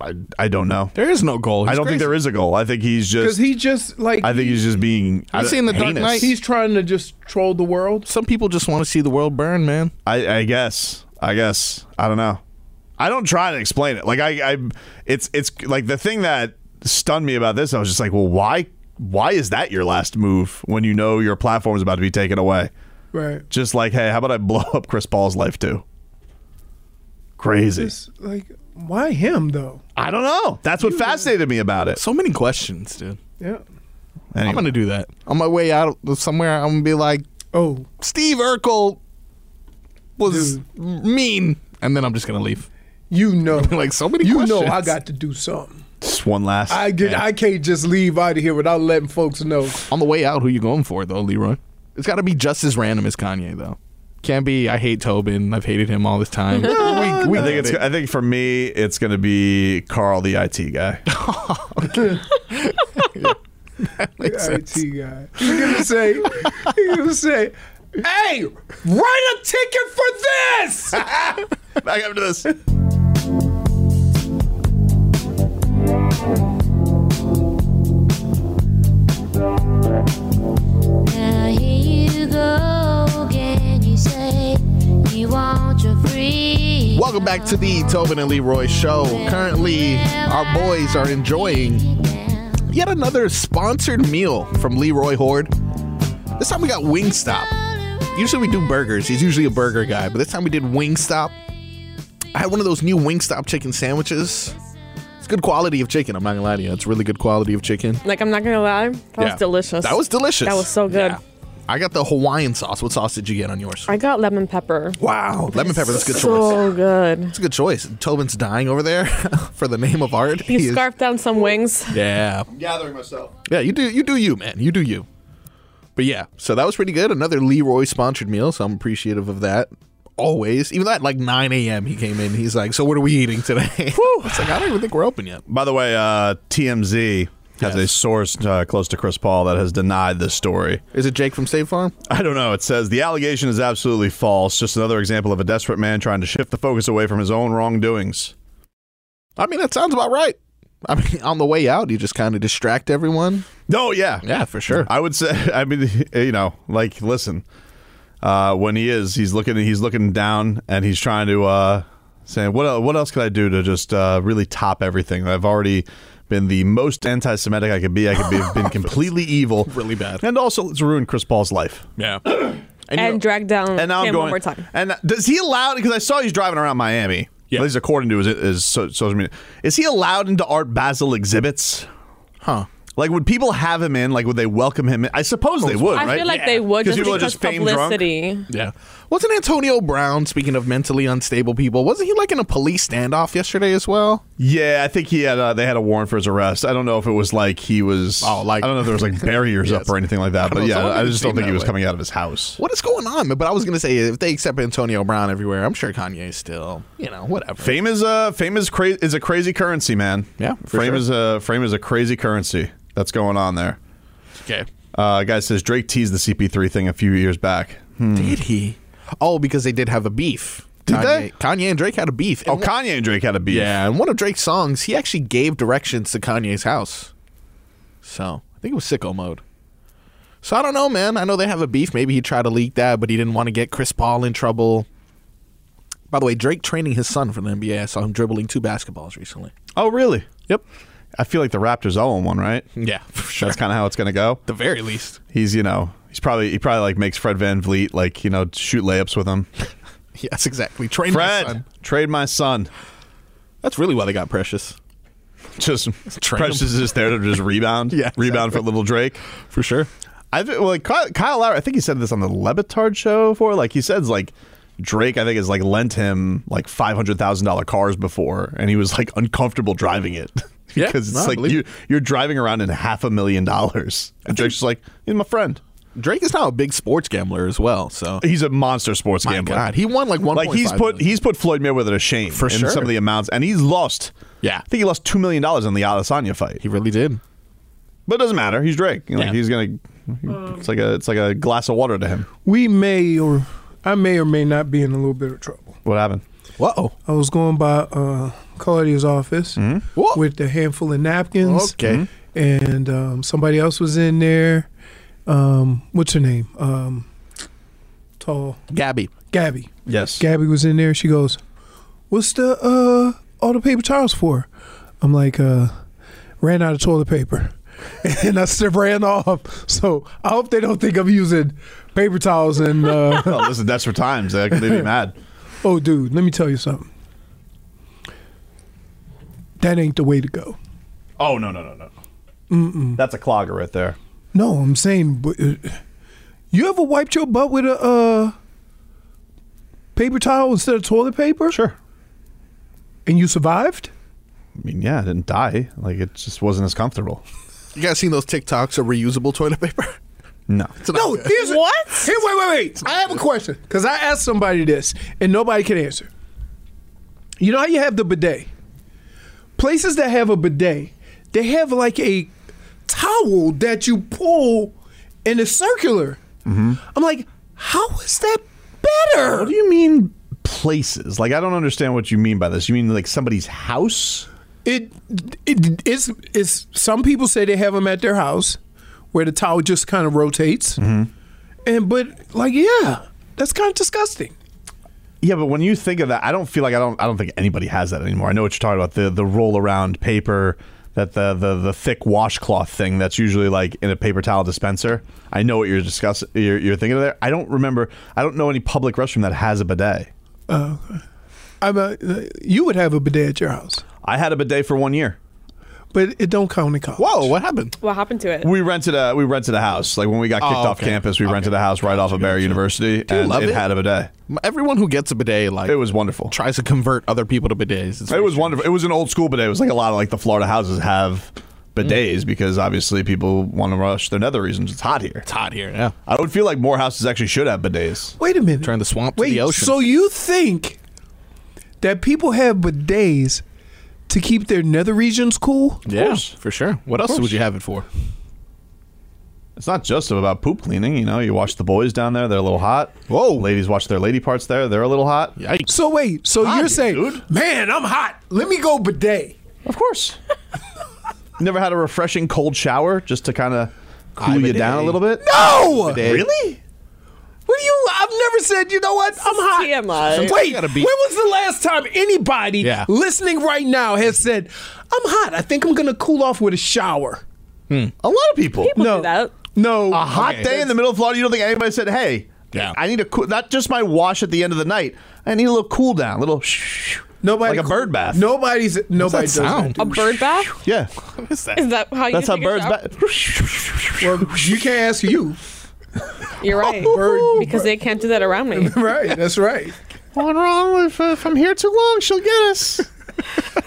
[SPEAKER 2] I, I don't know.
[SPEAKER 4] there is no goal.
[SPEAKER 2] I don't think there is a goal. I think he's
[SPEAKER 3] Because
[SPEAKER 2] just.
[SPEAKER 3] he just like
[SPEAKER 2] I think he's just being. I
[SPEAKER 4] seen The Dark
[SPEAKER 2] heinous.
[SPEAKER 4] Knight.
[SPEAKER 3] he's trying to just troll the world.
[SPEAKER 4] Some people just want to see the world burn, man.
[SPEAKER 2] I, I guess. I guess. I don't know. I don't try to explain it. Like I, I, it's it's like the thing that stunned me about this. I was just like, well, why why is that your last move when you know your platform is about to be taken away?
[SPEAKER 3] Right.
[SPEAKER 2] Just like, hey, how about I blow up Chris Paul's life too? Crazy.
[SPEAKER 3] It's like why him though?
[SPEAKER 2] I don't know. That's what fascinated me about it.
[SPEAKER 4] So many questions, dude.
[SPEAKER 3] Yeah.
[SPEAKER 2] Anyway.
[SPEAKER 4] I'm gonna do that on my way out of somewhere. I'm gonna be like,
[SPEAKER 3] Oh,
[SPEAKER 4] Steve Urkel was mean, and then I'm just gonna leave.
[SPEAKER 3] you know.
[SPEAKER 4] Like so many.
[SPEAKER 3] you
[SPEAKER 4] questions.
[SPEAKER 3] know I got to do something.
[SPEAKER 2] Just one last.
[SPEAKER 3] I get I can't just leave out of here without letting folks know.
[SPEAKER 4] On the way out, who you going for though, Leroy? It's got to be just as random as Kanye though. Can't be. I hate Tobin. I've hated him all this time. we, we
[SPEAKER 2] I think
[SPEAKER 4] get
[SPEAKER 2] it's.
[SPEAKER 4] it.
[SPEAKER 2] I think for me, it's going to be Carl, the IT guy.
[SPEAKER 3] IT guy. You're gonna say, you're gonna say, hey, write a ticket for this.
[SPEAKER 2] Back up to this.
[SPEAKER 9] Now here you go again. You say you want your free.
[SPEAKER 4] Welcome back to the Tobin and Leroy show. Currently, our boys are enjoying yet another sponsored meal from Leroy Horde. This time we got Wingstop. Usually we do burgers. He's usually a burger guy, but this time we did Wingstop. I had one of those new Wingstop chicken sandwiches. It's good quality of chicken. I'm not gonna lie to you. It's really good quality of chicken.
[SPEAKER 5] Like I'm not gonna lie, that
[SPEAKER 4] Yeah.
[SPEAKER 5] was delicious.
[SPEAKER 4] That was delicious.
[SPEAKER 5] That was so good.
[SPEAKER 4] Yeah. I got the Hawaiian sauce. What sauce did you get on yours?
[SPEAKER 5] I got lemon pepper.
[SPEAKER 4] Wow, lemon pepper. That's a good choice.
[SPEAKER 5] So good.
[SPEAKER 4] That's a good choice. Tobin's dying over there for the name of art.
[SPEAKER 5] He,
[SPEAKER 4] is-
[SPEAKER 5] scarfed down some wings.
[SPEAKER 4] Yeah.
[SPEAKER 2] Gathering myself.
[SPEAKER 4] Yeah, you do you do you, man. You do you. But yeah, so that was pretty good. Another Leroy sponsored meal, so I'm appreciative of that. Always. Even though at like 9 a.m. he came in. He's like, So what are we eating today? it's like I don't even think we're open yet.
[SPEAKER 2] By the way, uh, TMZ has a
[SPEAKER 4] Yes.
[SPEAKER 2] source uh, close to Chris Paul that has denied this story.
[SPEAKER 4] Is it Jake from State Farm?
[SPEAKER 2] I don't know. It says the allegation is absolutely false. Just another example of a desperate man trying to shift the focus away from his own wrongdoings.
[SPEAKER 4] I mean, that sounds about right. I mean, on the way out, you just kind of distract everyone.
[SPEAKER 2] No, yeah.
[SPEAKER 4] Yeah, for sure.
[SPEAKER 2] I would say, I mean, you know, like, listen, uh, when he is, he's looking, he's looking down and he's trying to, uh, saying, what, el- what else could I do to just, uh, really top everything? I've already been the most anti-Semitic I could be. I could be, have been completely evil.
[SPEAKER 4] Really bad.
[SPEAKER 2] And also, it's ruined Chris Paul's life.
[SPEAKER 4] Yeah.
[SPEAKER 5] And, dragged down
[SPEAKER 2] And now
[SPEAKER 5] Kim
[SPEAKER 2] I'm going
[SPEAKER 5] one more time.
[SPEAKER 2] And does he allow? Because I saw he's driving around Miami.
[SPEAKER 4] Yeah.
[SPEAKER 2] At least according to his, his so- social media, is he allowed into Art Basel exhibits?
[SPEAKER 4] Huh.
[SPEAKER 2] Like, would people have him in? Like, would they welcome him? in? I suppose
[SPEAKER 4] Oh,
[SPEAKER 2] they would.
[SPEAKER 5] I
[SPEAKER 2] right?
[SPEAKER 5] feel like they would just
[SPEAKER 2] people are
[SPEAKER 5] because
[SPEAKER 2] just fame
[SPEAKER 5] publicity.
[SPEAKER 4] Yeah. Wasn't Antonio Brown, speaking of mentally unstable people, wasn't he like in a police standoff yesterday as well?
[SPEAKER 2] Yeah, I think he had. Uh, they had a warrant for his arrest. I don't know if it was like he was.
[SPEAKER 4] Oh, like-
[SPEAKER 2] I don't know if there was like barriers
[SPEAKER 4] Yes.
[SPEAKER 2] up or anything like that.
[SPEAKER 4] I
[SPEAKER 2] But
[SPEAKER 4] don't know.
[SPEAKER 2] yeah,
[SPEAKER 4] Someone
[SPEAKER 2] I
[SPEAKER 4] didn't
[SPEAKER 2] just don't
[SPEAKER 4] seem
[SPEAKER 2] think he
[SPEAKER 4] that
[SPEAKER 2] was
[SPEAKER 4] way.
[SPEAKER 2] coming out of his house.
[SPEAKER 4] What is going on? But I was gonna say if they accept Antonio Brown everywhere, I'm sure Kanye is still, you know, whatever.
[SPEAKER 2] Fame is a fame is crazy is a crazy currency, man.
[SPEAKER 4] Yeah, for
[SPEAKER 2] frame
[SPEAKER 4] sure.
[SPEAKER 2] is a frame is a crazy currency that's going on there.
[SPEAKER 4] Okay.
[SPEAKER 2] Uh, guy says
[SPEAKER 4] Mm-hmm.
[SPEAKER 2] Drake teased the CP3 thing a few years back.
[SPEAKER 4] Hmm. Did he? Oh, because they did have a beef. Kanye, Kanye and Drake had a beef. oh,
[SPEAKER 2] Kanye and Drake had a beef.
[SPEAKER 4] Yeah, and one of Drake's songs, he actually gave directions to Kanye's house. So I think it was sicko mode. So I don't know, man. I know they have a beef. Maybe he tried to leak that, but he didn't want to get Chris Paul in trouble. By the way, Drake training his son for the NBA. I saw him dribbling two basketballs recently.
[SPEAKER 2] Oh, really?
[SPEAKER 4] Yep.
[SPEAKER 2] I feel like the Raptors owe him one, right?
[SPEAKER 4] Yeah,
[SPEAKER 2] That's kind of how it's going to go.
[SPEAKER 4] The very least.
[SPEAKER 2] He's, you know, he's probably he probably like makes Fred Van Vliet like you know shoot layups with him.
[SPEAKER 4] Yes, exactly. Train
[SPEAKER 2] Fred,
[SPEAKER 4] my son.
[SPEAKER 2] trade my son.
[SPEAKER 4] That's really why they got Precious.
[SPEAKER 2] Just
[SPEAKER 4] Train
[SPEAKER 2] Precious
[SPEAKER 4] him.
[SPEAKER 2] is just there to just rebound.
[SPEAKER 4] Yeah,
[SPEAKER 2] rebound for little Drake
[SPEAKER 4] for sure.
[SPEAKER 2] I think, well, like Kyle, Kyle Lowry. I think he said this on the Levitard show before. Like he says, like Drake, I think has like lent him like five hundred thousand dollar cars before, and he was like uncomfortable driving it
[SPEAKER 4] Yeah,
[SPEAKER 2] because
[SPEAKER 4] no, I
[SPEAKER 2] it's like
[SPEAKER 4] believe
[SPEAKER 2] you you're driving around in half a million dollars, and Drake's just like he's my friend.
[SPEAKER 4] Drake is now a big sports gambler as well. So
[SPEAKER 2] He's a monster sports
[SPEAKER 4] my
[SPEAKER 2] gambler.
[SPEAKER 4] God, he won like one.
[SPEAKER 2] like he's put he's put Floyd Mayweather to shame
[SPEAKER 4] For
[SPEAKER 2] in
[SPEAKER 4] sure.
[SPEAKER 2] some of the amounts, and he's lost.
[SPEAKER 4] Yeah.
[SPEAKER 2] I think he lost two million dollars in the Adesanya fight.
[SPEAKER 4] he really did.
[SPEAKER 2] But it doesn't matter. He's Drake. You know, like,
[SPEAKER 4] Yeah.
[SPEAKER 2] he's gonna. It's like a it's like a glass of water to him.
[SPEAKER 3] We may or I may or may not be in a little bit of trouble.
[SPEAKER 2] What happened?
[SPEAKER 4] Whoa.
[SPEAKER 3] I was going by uh, Claudia's office
[SPEAKER 4] Whoa.
[SPEAKER 3] with a handful of napkins.
[SPEAKER 4] Okay. Mhm.
[SPEAKER 3] And um, somebody else was in there. Um, what's her name? Um, tall.
[SPEAKER 4] Gabby.
[SPEAKER 3] Gabby.
[SPEAKER 2] Yes.
[SPEAKER 3] Gabby was in there. She goes, "What's the uh all the paper towels for?" I'm like, uh, "Ran out of toilet paper," and I still ran off. So I hope they don't think I'm using paper towels. And uh,
[SPEAKER 2] oh, listen, desperate times. They they be mad.
[SPEAKER 3] oh, dude, let me tell you something. That ain't the way to go.
[SPEAKER 2] Oh no no no no. That's a clogger right there.
[SPEAKER 3] No, I'm saying, but, uh, you ever wiped your butt with a uh, paper towel instead of toilet paper? Sure. And you survived?
[SPEAKER 2] I mean, yeah, I didn't die. Like it just wasn't as comfortable.
[SPEAKER 4] You guys seen those TikToks of reusable toilet paper?
[SPEAKER 2] No.
[SPEAKER 4] It's an
[SPEAKER 3] No,
[SPEAKER 4] idea.
[SPEAKER 3] here's
[SPEAKER 5] What?
[SPEAKER 3] Here, wait, wait, wait. I have a question because I asked somebody this and nobody can answer. You know how you have the bidet? Places that have a bidet, they have like a towel that you pull and it's circular. I'm like, how is that better?
[SPEAKER 2] What Mm-hmm. do you mean places? Like I don't understand what you mean by this. You mean like somebody's house?
[SPEAKER 3] It, it it's, it's some people say they have them at their house where the towel just kind of rotates.
[SPEAKER 2] Mm-hmm.
[SPEAKER 3] And but like yeah, that's kind of disgusting.
[SPEAKER 2] Yeah, but when you think of that, I don't feel like I don't. I don't think anybody has that anymore. I know what you're talking about the the roll around paper, that the the the thick washcloth thing that's usually like in a paper towel dispenser. I know what you're discussing. You're, you're thinking of there. I don't remember. I don't know any public restroom that has a bidet.
[SPEAKER 3] I'm a, uh, you would have a bidet at your house,
[SPEAKER 2] I had a bidet for one year.
[SPEAKER 3] but it don't count in college.
[SPEAKER 4] Whoa, what happened?
[SPEAKER 5] What happened to it?
[SPEAKER 2] We rented a we rented a house. Like when we got kicked
[SPEAKER 4] Oh,
[SPEAKER 2] off
[SPEAKER 4] okay.
[SPEAKER 2] campus, we
[SPEAKER 4] Okay.
[SPEAKER 2] rented a house right off of Barry University,
[SPEAKER 4] you
[SPEAKER 2] and
[SPEAKER 4] love
[SPEAKER 2] it,
[SPEAKER 4] it?
[SPEAKER 2] had a bidet.
[SPEAKER 4] Everyone who gets a bidet like
[SPEAKER 2] It was wonderful.
[SPEAKER 4] tries to convert other people to bidets. It's
[SPEAKER 2] It was
[SPEAKER 4] weird.
[SPEAKER 2] wonderful. It was an old school bidet. It was like a lot of like the Florida houses have bidets because obviously people want to rush their nether regions. It's hot here.
[SPEAKER 4] It's hot here. Yeah.
[SPEAKER 2] I would feel like more houses actually should have bidets.
[SPEAKER 3] Wait a minute.
[SPEAKER 4] Turn the swamp to
[SPEAKER 3] Wait,
[SPEAKER 4] the ocean.
[SPEAKER 3] so you think that people have bidets to keep their nether regions cool?
[SPEAKER 4] yeah, for sure. What else would you have it for?
[SPEAKER 2] It's not just about poop cleaning. You know, you watch the boys down there; they're a little hot. Whoa, ladies watch their lady parts there; they're a little hot.
[SPEAKER 4] Yikes.
[SPEAKER 3] So wait, so
[SPEAKER 2] Hot,
[SPEAKER 3] you're saying,
[SPEAKER 2] dude.
[SPEAKER 3] man, I'm hot. Let me go bidet.
[SPEAKER 2] Of course. Never had a refreshing cold shower just to kind of cool you down a little bit.
[SPEAKER 3] No,
[SPEAKER 2] Bidet. Really?
[SPEAKER 3] what do you? I've never said. You know what? I'm hot.
[SPEAKER 5] TMI.
[SPEAKER 3] Wait,
[SPEAKER 4] gotta be-
[SPEAKER 3] when was the last time anybody
[SPEAKER 4] Yeah.
[SPEAKER 3] listening right now has said, "I'm hot. I think I'm gonna cool off with a shower"?
[SPEAKER 2] A lot of people.
[SPEAKER 5] People
[SPEAKER 3] no.
[SPEAKER 5] do that.
[SPEAKER 3] No,
[SPEAKER 2] A hot day in the middle of Florida, you don't think anybody said, "Hey,
[SPEAKER 4] Yeah.
[SPEAKER 2] I need a cool, not just my wash at the end of the night. I need a little cool down, a little shh,
[SPEAKER 3] Nobody
[SPEAKER 2] like a bird bath."
[SPEAKER 3] Nobody's nobody does
[SPEAKER 4] that
[SPEAKER 3] that,
[SPEAKER 4] sound? Oh,
[SPEAKER 3] dude.
[SPEAKER 5] A bird bath?
[SPEAKER 2] yeah,
[SPEAKER 5] Is that how you
[SPEAKER 2] that's how
[SPEAKER 5] take a
[SPEAKER 2] birds.
[SPEAKER 5] shower?
[SPEAKER 2] Ba-
[SPEAKER 3] Well, you can't ask you.
[SPEAKER 5] You're right.
[SPEAKER 3] Bird-
[SPEAKER 5] because they can't do that around me.
[SPEAKER 3] Right, that's right.
[SPEAKER 2] What's wrong if, if I'm here too long? She'll get us.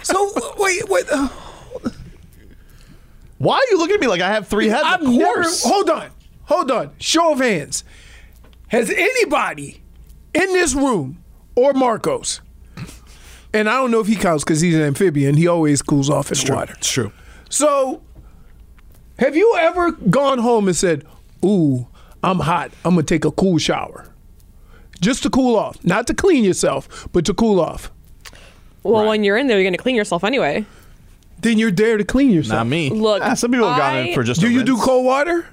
[SPEAKER 3] So w- wait, wait. uh,
[SPEAKER 2] Why are you looking at me like I have three heads?
[SPEAKER 3] I've
[SPEAKER 2] of
[SPEAKER 3] never.
[SPEAKER 2] course.
[SPEAKER 3] Hold on, hold on. Show of hands. Has anybody in this room or Marcos? And I don't know if he counts because he's an amphibian. He always cools off in the water.
[SPEAKER 4] It's true.
[SPEAKER 3] So, have you ever gone home and said, "Ooh, I'm hot. I'm gonna take a cool shower"? just to cool off, not to clean yourself, but to cool off.
[SPEAKER 5] Well, when you're in there, you're going to clean yourself anyway.
[SPEAKER 3] Then you're there to clean yourself.
[SPEAKER 2] Not me.
[SPEAKER 5] Look,
[SPEAKER 2] Ah, some people have gone
[SPEAKER 5] I-
[SPEAKER 2] in for just.
[SPEAKER 3] Do
[SPEAKER 2] a
[SPEAKER 3] you do
[SPEAKER 2] rinse.
[SPEAKER 3] cold water?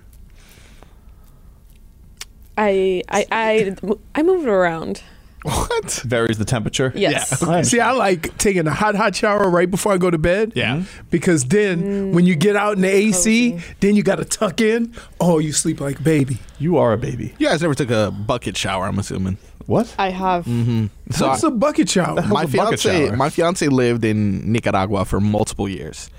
[SPEAKER 5] I I I I moved around.
[SPEAKER 3] What?
[SPEAKER 2] Varies the temperature.
[SPEAKER 5] Yes.
[SPEAKER 2] Yeah.
[SPEAKER 3] See, I like taking a hot, hot shower right before I go to bed.
[SPEAKER 2] Yeah.
[SPEAKER 3] Because then when you get out in the AC, then you got to tuck in. Oh, you sleep like a baby.
[SPEAKER 2] You are a baby.
[SPEAKER 4] You guys never took a bucket shower, I'm assuming.
[SPEAKER 2] What?
[SPEAKER 5] I have.
[SPEAKER 4] Mm-hmm. So
[SPEAKER 3] What's
[SPEAKER 4] I-
[SPEAKER 3] a bucket shower?
[SPEAKER 4] my
[SPEAKER 3] What's a bucket
[SPEAKER 4] fiance,
[SPEAKER 3] shower?
[SPEAKER 4] my fiance lived in Nicaragua for multiple years,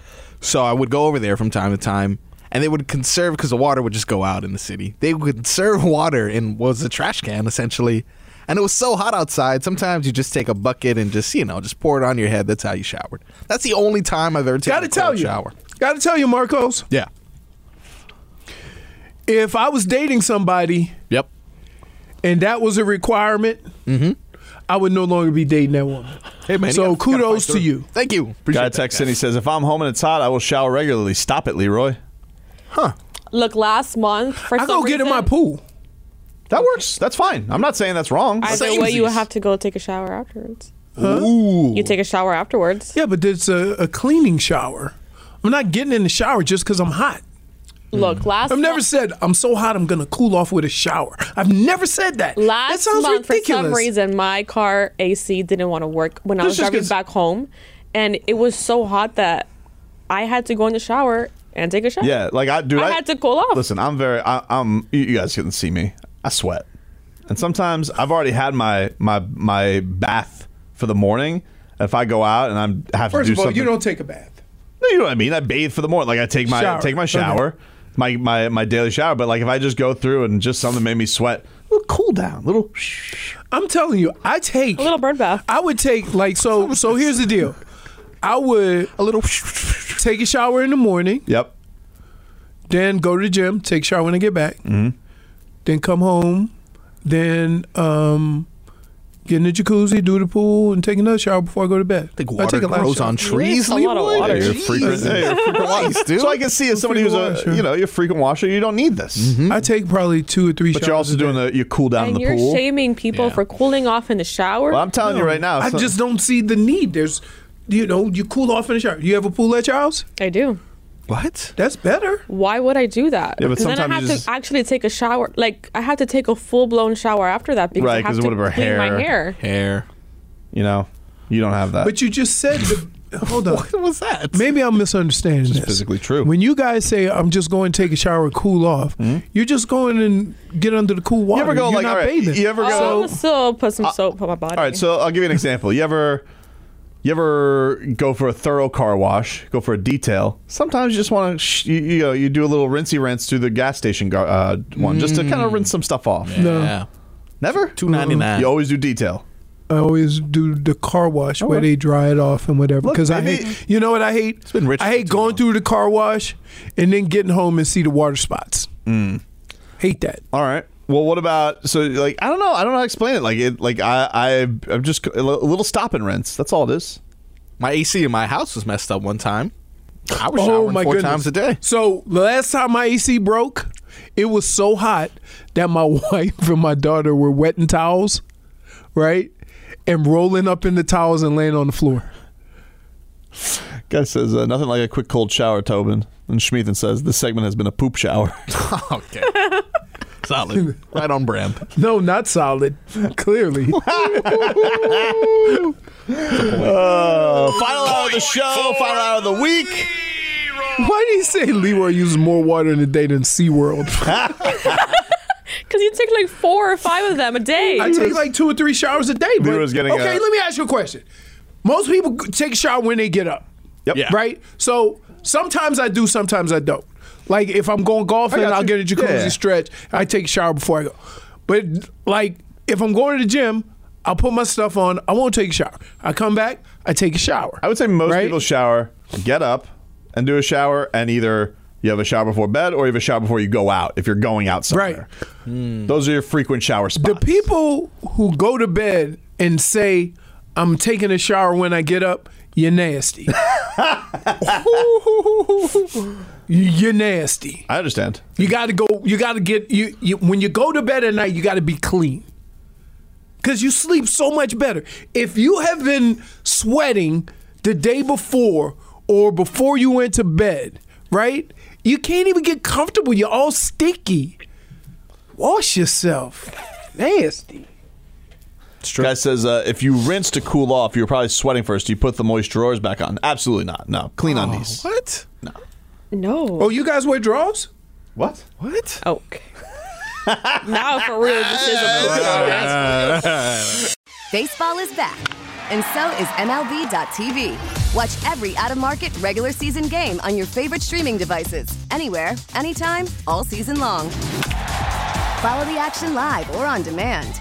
[SPEAKER 4] so I would go over there from time to time, and they would conserve because the water would just go out in the city. They would conserve water in what was a trash can essentially, and it was so hot outside. Sometimes you just take a bucket and just you know just pour it on your head. That's how you showered. That's the only time I've ever taken a
[SPEAKER 3] tell
[SPEAKER 4] cold
[SPEAKER 3] you.
[SPEAKER 4] shower.
[SPEAKER 3] Got to tell you, Marcos.
[SPEAKER 4] Yeah.
[SPEAKER 3] If I was dating somebody,
[SPEAKER 4] yep,
[SPEAKER 3] and that was a requirement, I would no longer be dating that woman.
[SPEAKER 4] Hey man,
[SPEAKER 3] so
[SPEAKER 4] you gotta- gotta
[SPEAKER 3] kudos to
[SPEAKER 4] fight through.
[SPEAKER 3] you.
[SPEAKER 4] Thank you. Appreciate
[SPEAKER 2] Guy
[SPEAKER 4] that,
[SPEAKER 2] texts
[SPEAKER 4] guys.
[SPEAKER 2] in. He says, "If I'm home and it's hot, I will shower regularly. Stop it, Leroy."
[SPEAKER 5] Look, last month for
[SPEAKER 3] I
[SPEAKER 5] some
[SPEAKER 3] go get in my
[SPEAKER 5] reason-
[SPEAKER 3] pool.
[SPEAKER 2] That works. That's fine. I'm not saying that's wrong.
[SPEAKER 5] Either way, you have to go take a shower afterwards.
[SPEAKER 4] Ooh.
[SPEAKER 5] You take a shower afterwards.
[SPEAKER 3] Yeah, but it's a, a cleaning shower. I'm not getting in the shower just because I'm hot.
[SPEAKER 5] Look, last
[SPEAKER 3] I've never said I'm so hot I'm gonna cool off with a shower. I've never said that.
[SPEAKER 5] last
[SPEAKER 3] that sounds
[SPEAKER 5] month
[SPEAKER 3] ridiculous.
[SPEAKER 5] for some reason my car AC didn't want to work when I
[SPEAKER 3] This
[SPEAKER 5] was
[SPEAKER 3] just
[SPEAKER 5] driving
[SPEAKER 3] gets-
[SPEAKER 5] back home, and it was so hot that I had to go in the shower and take a shower.
[SPEAKER 2] Yeah, like I do.
[SPEAKER 5] I had to cool off.
[SPEAKER 2] Listen, I'm very. I, I'm. You you guys couldn't see me. I sweat, and sometimes I've already had my my my bath for the morning. If I go out and I'm have to
[SPEAKER 3] First
[SPEAKER 2] do
[SPEAKER 3] of all,
[SPEAKER 2] something,
[SPEAKER 3] you don't take a bath.
[SPEAKER 2] No, you know what I mean. I bathe for the morning. Like I take my
[SPEAKER 3] Shower.
[SPEAKER 2] take my shower, my, my my daily shower. But like if I just go through and just something made me sweat, a little cool down, little.
[SPEAKER 3] I'm telling you, I take
[SPEAKER 5] a little bird bath.
[SPEAKER 3] I would take like so. So here's the deal. I would
[SPEAKER 4] a little
[SPEAKER 3] take a shower in the morning,
[SPEAKER 2] Yep.
[SPEAKER 3] then go to the gym, take a shower when I get back, then come home, then um, get in the jacuzzi, do the pool, and take another shower before I go to bed.
[SPEAKER 4] Think
[SPEAKER 3] I
[SPEAKER 4] water
[SPEAKER 3] take a lot of
[SPEAKER 4] grows on
[SPEAKER 3] showers.
[SPEAKER 4] trees.
[SPEAKER 5] a lot of
[SPEAKER 4] Leroy?
[SPEAKER 5] water.
[SPEAKER 2] Yeah, you're a
[SPEAKER 4] Jeez.
[SPEAKER 2] frequent-
[SPEAKER 4] Hey, you're a frequent waste, dude.
[SPEAKER 2] So I can see as somebody who's a
[SPEAKER 3] frequent washer. Mm-hmm.
[SPEAKER 2] you know you're a frequent washer, you don't need this.
[SPEAKER 3] I take probably two or three.
[SPEAKER 2] But
[SPEAKER 3] showers
[SPEAKER 2] you're also
[SPEAKER 3] a
[SPEAKER 2] doing
[SPEAKER 3] day.
[SPEAKER 2] the you cool down
[SPEAKER 5] and
[SPEAKER 2] in
[SPEAKER 5] you're
[SPEAKER 2] the pool.
[SPEAKER 5] shaming people
[SPEAKER 4] Yeah.
[SPEAKER 5] for cooling off in the shower.
[SPEAKER 2] well, I'm telling you right now.
[SPEAKER 3] I
[SPEAKER 2] so-
[SPEAKER 3] just don't see the need. There's, you know, you cool off in the shower. You have a pool at your house?
[SPEAKER 5] I do.
[SPEAKER 4] What?
[SPEAKER 3] That's better.
[SPEAKER 5] Why would I do that?
[SPEAKER 2] Yeah, but
[SPEAKER 5] 'Cause then I
[SPEAKER 2] sometimes
[SPEAKER 5] have
[SPEAKER 2] you just-
[SPEAKER 5] to actually take a shower. Like I have to take a full blown shower after that because
[SPEAKER 2] Right,
[SPEAKER 5] I have
[SPEAKER 2] 'cause
[SPEAKER 5] to
[SPEAKER 2] what about
[SPEAKER 5] clean my
[SPEAKER 2] hair?
[SPEAKER 5] hair.
[SPEAKER 4] Hair.
[SPEAKER 2] you know you don't have that.
[SPEAKER 3] But you just said, the, hold on.
[SPEAKER 4] What was that?
[SPEAKER 3] Maybe I'm misunderstanding this.
[SPEAKER 2] physically true. Hmm?
[SPEAKER 3] When you guys say I'm just going to take a shower, and cool off, you're just going and get under the cool water.
[SPEAKER 2] you ever go
[SPEAKER 3] are
[SPEAKER 2] like
[SPEAKER 3] not
[SPEAKER 2] all right,
[SPEAKER 3] bathing.
[SPEAKER 2] you ever go Uh,
[SPEAKER 5] So, Oh, I'm gonna still put some soap on my body.
[SPEAKER 2] All right, so I'll give you an example. You ever you ever go for a thorough car wash, go for a detail. Sometimes you just want to sh- you, you know, you do a little rinsey rinse through the gas station gar- uh, one just to
[SPEAKER 3] Hmm.
[SPEAKER 2] kind of rinse some stuff off.
[SPEAKER 4] No.
[SPEAKER 2] Never?
[SPEAKER 4] Two ninety nine.
[SPEAKER 2] You always do detail.
[SPEAKER 3] I always do the car wash where they dry it off and whatever.
[SPEAKER 2] Oh, Look,
[SPEAKER 3] Because I
[SPEAKER 2] maybe-
[SPEAKER 3] hate, you know what I hate?
[SPEAKER 4] been rich
[SPEAKER 3] I
[SPEAKER 4] for
[SPEAKER 3] hate
[SPEAKER 4] too
[SPEAKER 3] going
[SPEAKER 4] long.
[SPEAKER 3] through the car wash and then getting home and see the water spots.
[SPEAKER 2] Hmm.
[SPEAKER 3] Hate that.
[SPEAKER 2] All right. Well, what about so like I don't know, I don't know how to explain it. Like it like I I I'm just a li- a little stop and rinse. That's all it is.
[SPEAKER 4] My AC in my house was messed up one time. I
[SPEAKER 3] Oh
[SPEAKER 4] was showering four times a day.
[SPEAKER 3] So the last time my AC broke, it was so hot that my wife and my daughter were wetting towels, right? And rolling up in the towels and laying on the floor.
[SPEAKER 2] Guy says uh, nothing like a quick cold shower, Tobin. And Schmeathen says this segment has been a poop shower.
[SPEAKER 4] okay. Solid. Right on brand.
[SPEAKER 3] No, not solid. Clearly.
[SPEAKER 2] Uh, final hour of the show, final hour of the week.
[SPEAKER 3] Why do you say Leroy uses more water in a day than SeaWorld?
[SPEAKER 5] Because you take like four or five of them a day.
[SPEAKER 3] I take like two or three showers a day. But,
[SPEAKER 2] Leroy's getting
[SPEAKER 3] okay,
[SPEAKER 2] a-
[SPEAKER 3] let me ask you a question. Most people g- take a shower when they get up.
[SPEAKER 2] Yep.
[SPEAKER 4] Yeah.
[SPEAKER 3] Right? So sometimes I do, sometimes I don't. Like if I'm going golfing,
[SPEAKER 2] I got
[SPEAKER 3] I'll
[SPEAKER 2] you.
[SPEAKER 3] get a jacuzzi
[SPEAKER 2] Yeah.
[SPEAKER 3] stretch. I take a shower before I go. But like if I'm going to the gym, I'll put my stuff on. I won't take a shower. I come back, I take a shower.
[SPEAKER 2] I would say most
[SPEAKER 3] Right?
[SPEAKER 2] people shower, get up, and do a shower, and either you have a shower before bed or you have a shower before you go out if you're going out somewhere. Those are your frequent shower
[SPEAKER 3] The
[SPEAKER 2] spots.
[SPEAKER 3] people who go to bed and say, I'm taking a shower when I get up, you're nasty. you're nasty.
[SPEAKER 2] I understand.
[SPEAKER 3] You gotta go you gotta get you, you when you go to bed at night, you gotta be clean. because you sleep so much better. If you have been sweating the day before or before you went to bed, right? You can't even get comfortable. You're all sticky. Wash yourself. Nasty.
[SPEAKER 2] Guy says uh, if you rinse to cool off, you're probably sweating first. Do you put the moist drawers back on? Absolutely not. No, clean
[SPEAKER 3] Oh,
[SPEAKER 2] undies.
[SPEAKER 3] What?
[SPEAKER 2] No.
[SPEAKER 5] No.
[SPEAKER 3] Oh, you guys wear drawers?
[SPEAKER 2] What?
[SPEAKER 3] What?
[SPEAKER 5] Okay. now for real, this is a
[SPEAKER 10] Baseball is back, and so is MLB.tv. Watch every out of market regular season game on your favorite streaming devices, anywhere, anytime, all season long. Follow the action live or on demand.